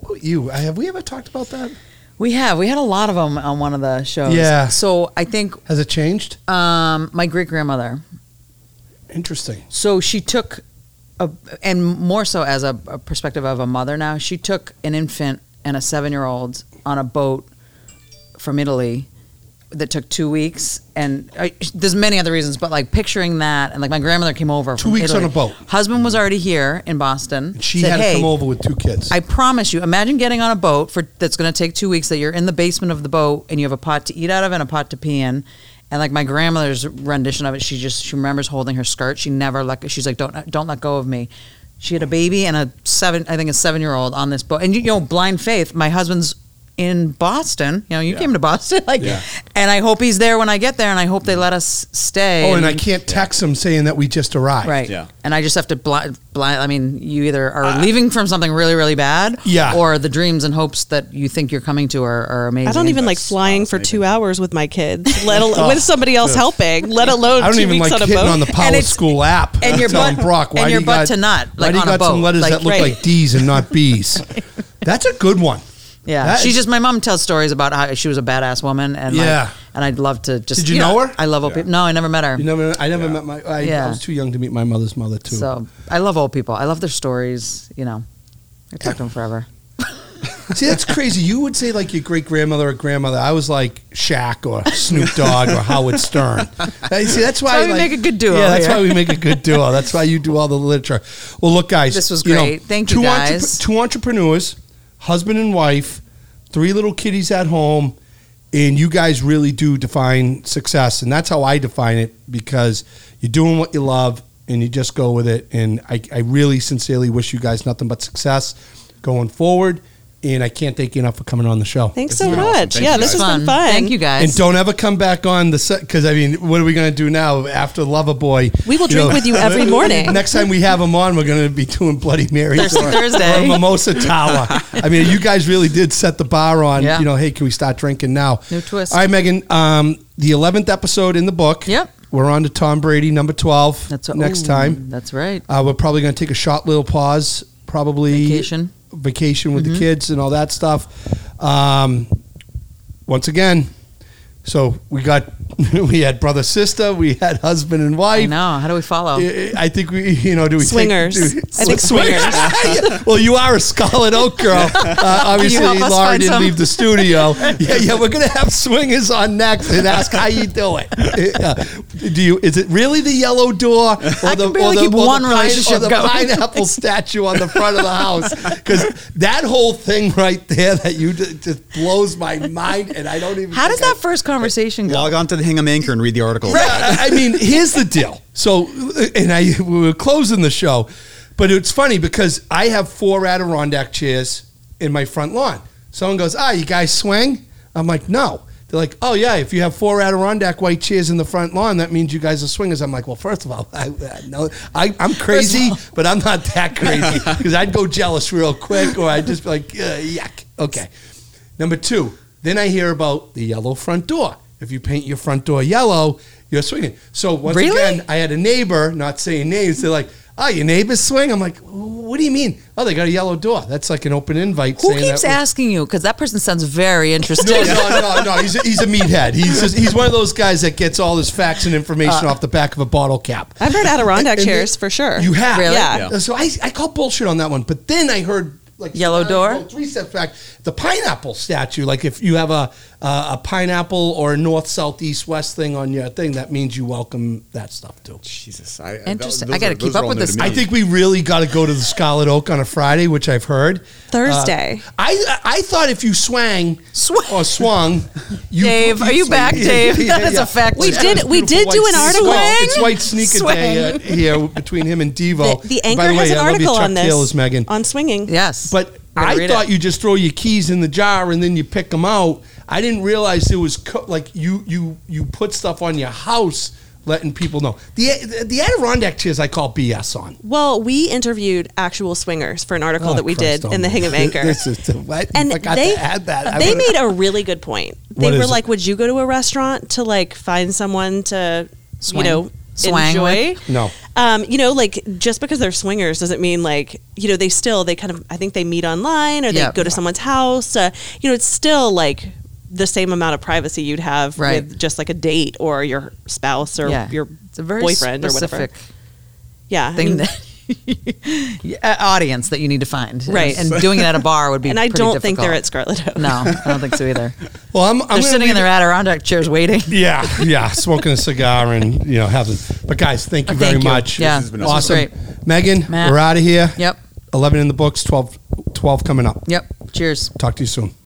Speaker 1: What about You I- have we ever talked about that?
Speaker 2: We have. We had a lot of them on one of the shows.
Speaker 1: Yeah.
Speaker 2: So I think
Speaker 1: Has it changed?
Speaker 2: um, my great grandmother.
Speaker 1: Interesting.
Speaker 2: So she took, a, and more so as a, a perspective of a mother now, she took an infant and a seven year old on a boat from Italy that took two weeks, and I, there's many other reasons, but like picturing that, and like my grandmother came over.
Speaker 1: Two
Speaker 2: from
Speaker 1: weeks
Speaker 2: Italy.
Speaker 1: on a boat.
Speaker 2: Husband was already here in Boston.
Speaker 1: She
Speaker 2: said,
Speaker 1: had
Speaker 2: hey,
Speaker 1: to come over with two kids.
Speaker 2: I promise you. Imagine getting on a boat for that's going to take two weeks. That you're in the basement of the boat and you have a pot to eat out of and a pot to pee in. And like my grandmother's rendition of it, she just she remembers holding her skirt. She never let. She's like, don't don't let go of me. She had a baby and a seven, I think a seven year old on this boat. And you, you know, blind faith. My husband's in Boston. You know, you
Speaker 3: Yeah.
Speaker 2: came to Boston, like,
Speaker 1: Yeah.
Speaker 2: and I hope he's there when I get there, and I hope they let us stay.
Speaker 1: oh, and I can't text them saying that we just arrived.
Speaker 2: Right.
Speaker 3: Yeah.
Speaker 2: And I just have to blind, blind. I mean, you either are leaving from something really, really bad,
Speaker 1: Uh, Yeah.
Speaker 2: or the dreams and hopes that you think you're coming to are, are amazing.
Speaker 4: I
Speaker 1: Mm-hmm.
Speaker 4: don't even like
Speaker 3: that's
Speaker 4: flying for
Speaker 3: fascinating.
Speaker 4: two hours with my kids, let al- with somebody else helping, let alone
Speaker 1: I don't
Speaker 4: two
Speaker 1: even
Speaker 4: weeks
Speaker 1: like
Speaker 4: on a
Speaker 1: hitting
Speaker 4: boat.
Speaker 1: on the Power
Speaker 2: it's-
Speaker 1: School app.
Speaker 2: and your
Speaker 1: telling
Speaker 2: butt-
Speaker 1: Brock, why
Speaker 2: and
Speaker 1: do
Speaker 2: your
Speaker 1: you
Speaker 2: butt
Speaker 1: got,
Speaker 2: to nut,
Speaker 1: why
Speaker 2: like
Speaker 1: do you
Speaker 2: on a
Speaker 1: got some
Speaker 2: boat,
Speaker 1: letters
Speaker 2: like-
Speaker 1: that look
Speaker 4: Right.
Speaker 1: like D's and not B's? That's a good one.
Speaker 2: Yeah.
Speaker 1: That
Speaker 2: She's
Speaker 1: is-
Speaker 2: just my mom tells stories about how she was a badass woman, and
Speaker 1: Yeah.
Speaker 2: like, and I'd love to just.
Speaker 1: Did you know her?
Speaker 2: I love old
Speaker 3: Yeah.
Speaker 2: people. No, I never met her.
Speaker 1: You never, I never met my. I, I
Speaker 2: Yeah.
Speaker 1: was too young to meet my mother's mother too.
Speaker 2: so I love old people. I love their stories. You know, I talk to them forever.
Speaker 1: See, that's crazy. You would say like your great grandmother or grandmother. I was like Shaq or Snoop Dogg or Howard Stern. I- See, that's why
Speaker 2: That's why we
Speaker 1: like-
Speaker 2: make a good duo
Speaker 1: Yeah, that's
Speaker 2: here.
Speaker 1: why we make a good duo. That's why you do all the literature. Well, look, guys,
Speaker 2: This was
Speaker 1: you know,
Speaker 2: great. Thank you,
Speaker 1: two entrep-
Speaker 2: guys.
Speaker 1: two entrepreneurs, husband and wife, three little kitties at home, and you guys really do define success, and that's how I define it because you're doing what you love and you just go with it. And I, I really sincerely wish you guys nothing but success going forward. And I can't thank you enough for coming on the show.
Speaker 4: Thanks
Speaker 3: This
Speaker 4: so
Speaker 3: has been awesome.
Speaker 4: much.
Speaker 3: Thank
Speaker 4: yeah,
Speaker 3: you,
Speaker 4: this
Speaker 3: guys.
Speaker 4: has been fun.
Speaker 2: Thank you guys.
Speaker 1: And don't ever come back on the set because I mean, what are we going to do now after Loverboy?
Speaker 4: We will
Speaker 1: You
Speaker 4: drink with you every morning.
Speaker 1: Next time we have him on, we're going to be doing Bloody Marys
Speaker 2: Thirsty
Speaker 1: or,
Speaker 2: Thursday.
Speaker 1: or Mimosa Tower. I mean, you guys really did set the bar on.
Speaker 2: Yeah.
Speaker 1: You know, hey, can we start drinking now?
Speaker 2: New twist.
Speaker 1: All right, Megan. Um, the eleventh episode in the book.
Speaker 2: Yep.
Speaker 1: We're on to Tom Brady, number twelve.
Speaker 2: That's
Speaker 1: next
Speaker 2: ooh,
Speaker 1: time.
Speaker 2: That's right.
Speaker 1: Uh, we're probably going to take a short little pause, probably
Speaker 2: Vacation.
Speaker 1: vacation with the kids and all that stuff. Um, once again, so we got we had brother sister, we had husband and
Speaker 2: I
Speaker 1: wife.
Speaker 2: know. How do we follow?
Speaker 1: I I think we, you know, do we take-
Speaker 4: Swingers.
Speaker 1: do-
Speaker 4: I think swingers.
Speaker 1: Yeah. well, you are a Scarlet Oak girl. Uh, obviously,
Speaker 2: help us
Speaker 1: Laura
Speaker 2: find
Speaker 1: didn't
Speaker 2: some?
Speaker 1: leave the studio. Yeah, yeah, we're gonna have swingers on next and ask how you do it. Uh, do you? Is it really the yellow door or
Speaker 2: I
Speaker 1: the
Speaker 2: can barely keep one
Speaker 1: pine-
Speaker 2: relationship
Speaker 1: or the
Speaker 2: going.
Speaker 1: pineapple statue on the front of the house? Because that whole thing right there that you did just blows my mind, and I don't even.
Speaker 2: How does
Speaker 1: think I-
Speaker 2: that first conversation go?
Speaker 3: Log on to the Hingham Anchor and read the article.
Speaker 1: yeah, I I mean, here's the deal. So, uh, and I we were closing the show, but it's funny because I have four Adirondack chairs in my front lawn. Someone goes, "Ah, you guys swing?" I'm like, "No." They're like, "Oh yeah, if you have four Adirondack white chairs in the front lawn, that means you guys are swingers." I'm like, "Well, first of all, I, I no, I, I'm crazy, but I'm not that crazy because I'd go jealous real quick, or I'd just be like, uh, yuck." Okay. Number two, then I hear about the yellow front door. If you paint your front door yellow, you're swinging. So once
Speaker 2: Really?
Speaker 1: again, I had a neighbor, not saying names, they're like, oh, your neighbors swing? I'm like, what do you mean? Oh, they got a yellow door. That's like an open invite.
Speaker 2: Who
Speaker 1: saying
Speaker 2: keeps
Speaker 1: that we-
Speaker 2: asking you? Because that person sounds very interested.
Speaker 1: no, no, no, no. He's a, he's a meathead. He's just, he's one of those guys that gets all his facts and
Speaker 2: Uh,
Speaker 1: information off the back of a bottle cap.
Speaker 4: I've heard
Speaker 1: And-
Speaker 4: Adirondack
Speaker 1: and
Speaker 4: chairs
Speaker 1: the-
Speaker 4: for sure.
Speaker 1: You have,
Speaker 2: Really?
Speaker 4: Yeah.
Speaker 3: Yeah.
Speaker 1: So I, I call bullshit on that one. But then I heard like
Speaker 2: Yellow
Speaker 1: sometimes
Speaker 2: door?
Speaker 1: you go three steps back, the pineapple statue. Like if you have a uh, a pineapple or a north, south, east, west thing on your thing, that means you welcome that stuff too.
Speaker 3: Jesus, I,
Speaker 2: Interesting.
Speaker 3: those
Speaker 2: I gotta
Speaker 3: are- those
Speaker 2: keep
Speaker 3: are
Speaker 2: up
Speaker 3: all
Speaker 2: with
Speaker 3: new to
Speaker 2: this.
Speaker 3: me.
Speaker 1: I think we really got to go to the Scarlet Oak on a Friday, which I've heard.
Speaker 4: Thursday.
Speaker 1: Uh, I I thought if you swang
Speaker 2: Swang.
Speaker 1: or swung, you,
Speaker 2: Dave, are you
Speaker 1: Swing.
Speaker 2: back, Dave? That is a fact.
Speaker 4: We
Speaker 1: It's
Speaker 4: did-
Speaker 1: got a
Speaker 4: we
Speaker 1: beautiful
Speaker 4: did do
Speaker 1: white
Speaker 4: an
Speaker 1: sneaker.
Speaker 4: article.
Speaker 1: Swing. It's white sneaker
Speaker 4: Swing.
Speaker 1: day uh, here between him and Devo.
Speaker 4: The, the
Speaker 1: And
Speaker 4: anchor
Speaker 1: by the way,
Speaker 4: has
Speaker 1: I love
Speaker 4: an
Speaker 1: your
Speaker 4: article
Speaker 1: Chuck
Speaker 4: on this
Speaker 1: Taylors, Megan.
Speaker 4: on swinging.
Speaker 2: Yes.
Speaker 1: But
Speaker 2: Gotta
Speaker 1: I
Speaker 2: read
Speaker 1: thought
Speaker 2: it.
Speaker 1: you just throw your keys in the jar and then you pick them out. I didn't realize there was co- like you you you put stuff on your house, letting people know. The the Adirondack chairs I call BS on.
Speaker 4: Well, we interviewed actual swingers for an article
Speaker 1: Oh,
Speaker 4: that we
Speaker 1: Christ
Speaker 4: did in the
Speaker 1: almighty.
Speaker 4: Hingham Anchor.
Speaker 1: This is what?
Speaker 4: and
Speaker 1: I forgot
Speaker 4: they
Speaker 1: to add that. I
Speaker 4: they
Speaker 1: would've-
Speaker 4: made a really good point. They
Speaker 1: What
Speaker 4: were
Speaker 1: is it?
Speaker 4: like, "Would you go to a restaurant to like find someone to
Speaker 2: Swing.
Speaker 4: you know
Speaker 2: Swang
Speaker 4: enjoy?"
Speaker 2: with?
Speaker 1: No.
Speaker 4: um, you know, like just because they're swingers doesn't mean like you know they still they kind of I think they meet online or they
Speaker 2: Yeah.
Speaker 4: go to someone's house. Uh, you know, it's still like the same amount of privacy you'd have
Speaker 2: Right.
Speaker 4: with just like a date or your spouse or your
Speaker 2: it's a very
Speaker 4: boyfriend or whatever.
Speaker 2: specific
Speaker 4: Yeah, I
Speaker 2: thing
Speaker 4: mean,
Speaker 2: that uh, audience that you need to find.
Speaker 4: Right.
Speaker 2: And, and doing it at a bar would be.
Speaker 4: and I
Speaker 2: pretty
Speaker 4: don't think they're at
Speaker 2: difficult.
Speaker 4: Scarlet Oak.
Speaker 2: No, I don't think so either.
Speaker 1: Well, I'm, I'm
Speaker 2: They're
Speaker 1: gonna
Speaker 2: sitting in
Speaker 1: leave
Speaker 2: their
Speaker 1: it-
Speaker 2: Adirondack chairs waiting.
Speaker 1: Yeah, yeah, smoking a cigar and you know having. But guys, thank you
Speaker 2: Oh, Thank
Speaker 1: very
Speaker 2: you.
Speaker 1: much.
Speaker 2: Yeah,
Speaker 3: This has been
Speaker 1: awesome.
Speaker 2: great.
Speaker 1: Megan,
Speaker 2: Matt.
Speaker 1: we're out of here.
Speaker 2: Yep.
Speaker 1: eleven in the books. 12, 12 coming up.
Speaker 2: Yep. Cheers.
Speaker 1: Talk to you soon.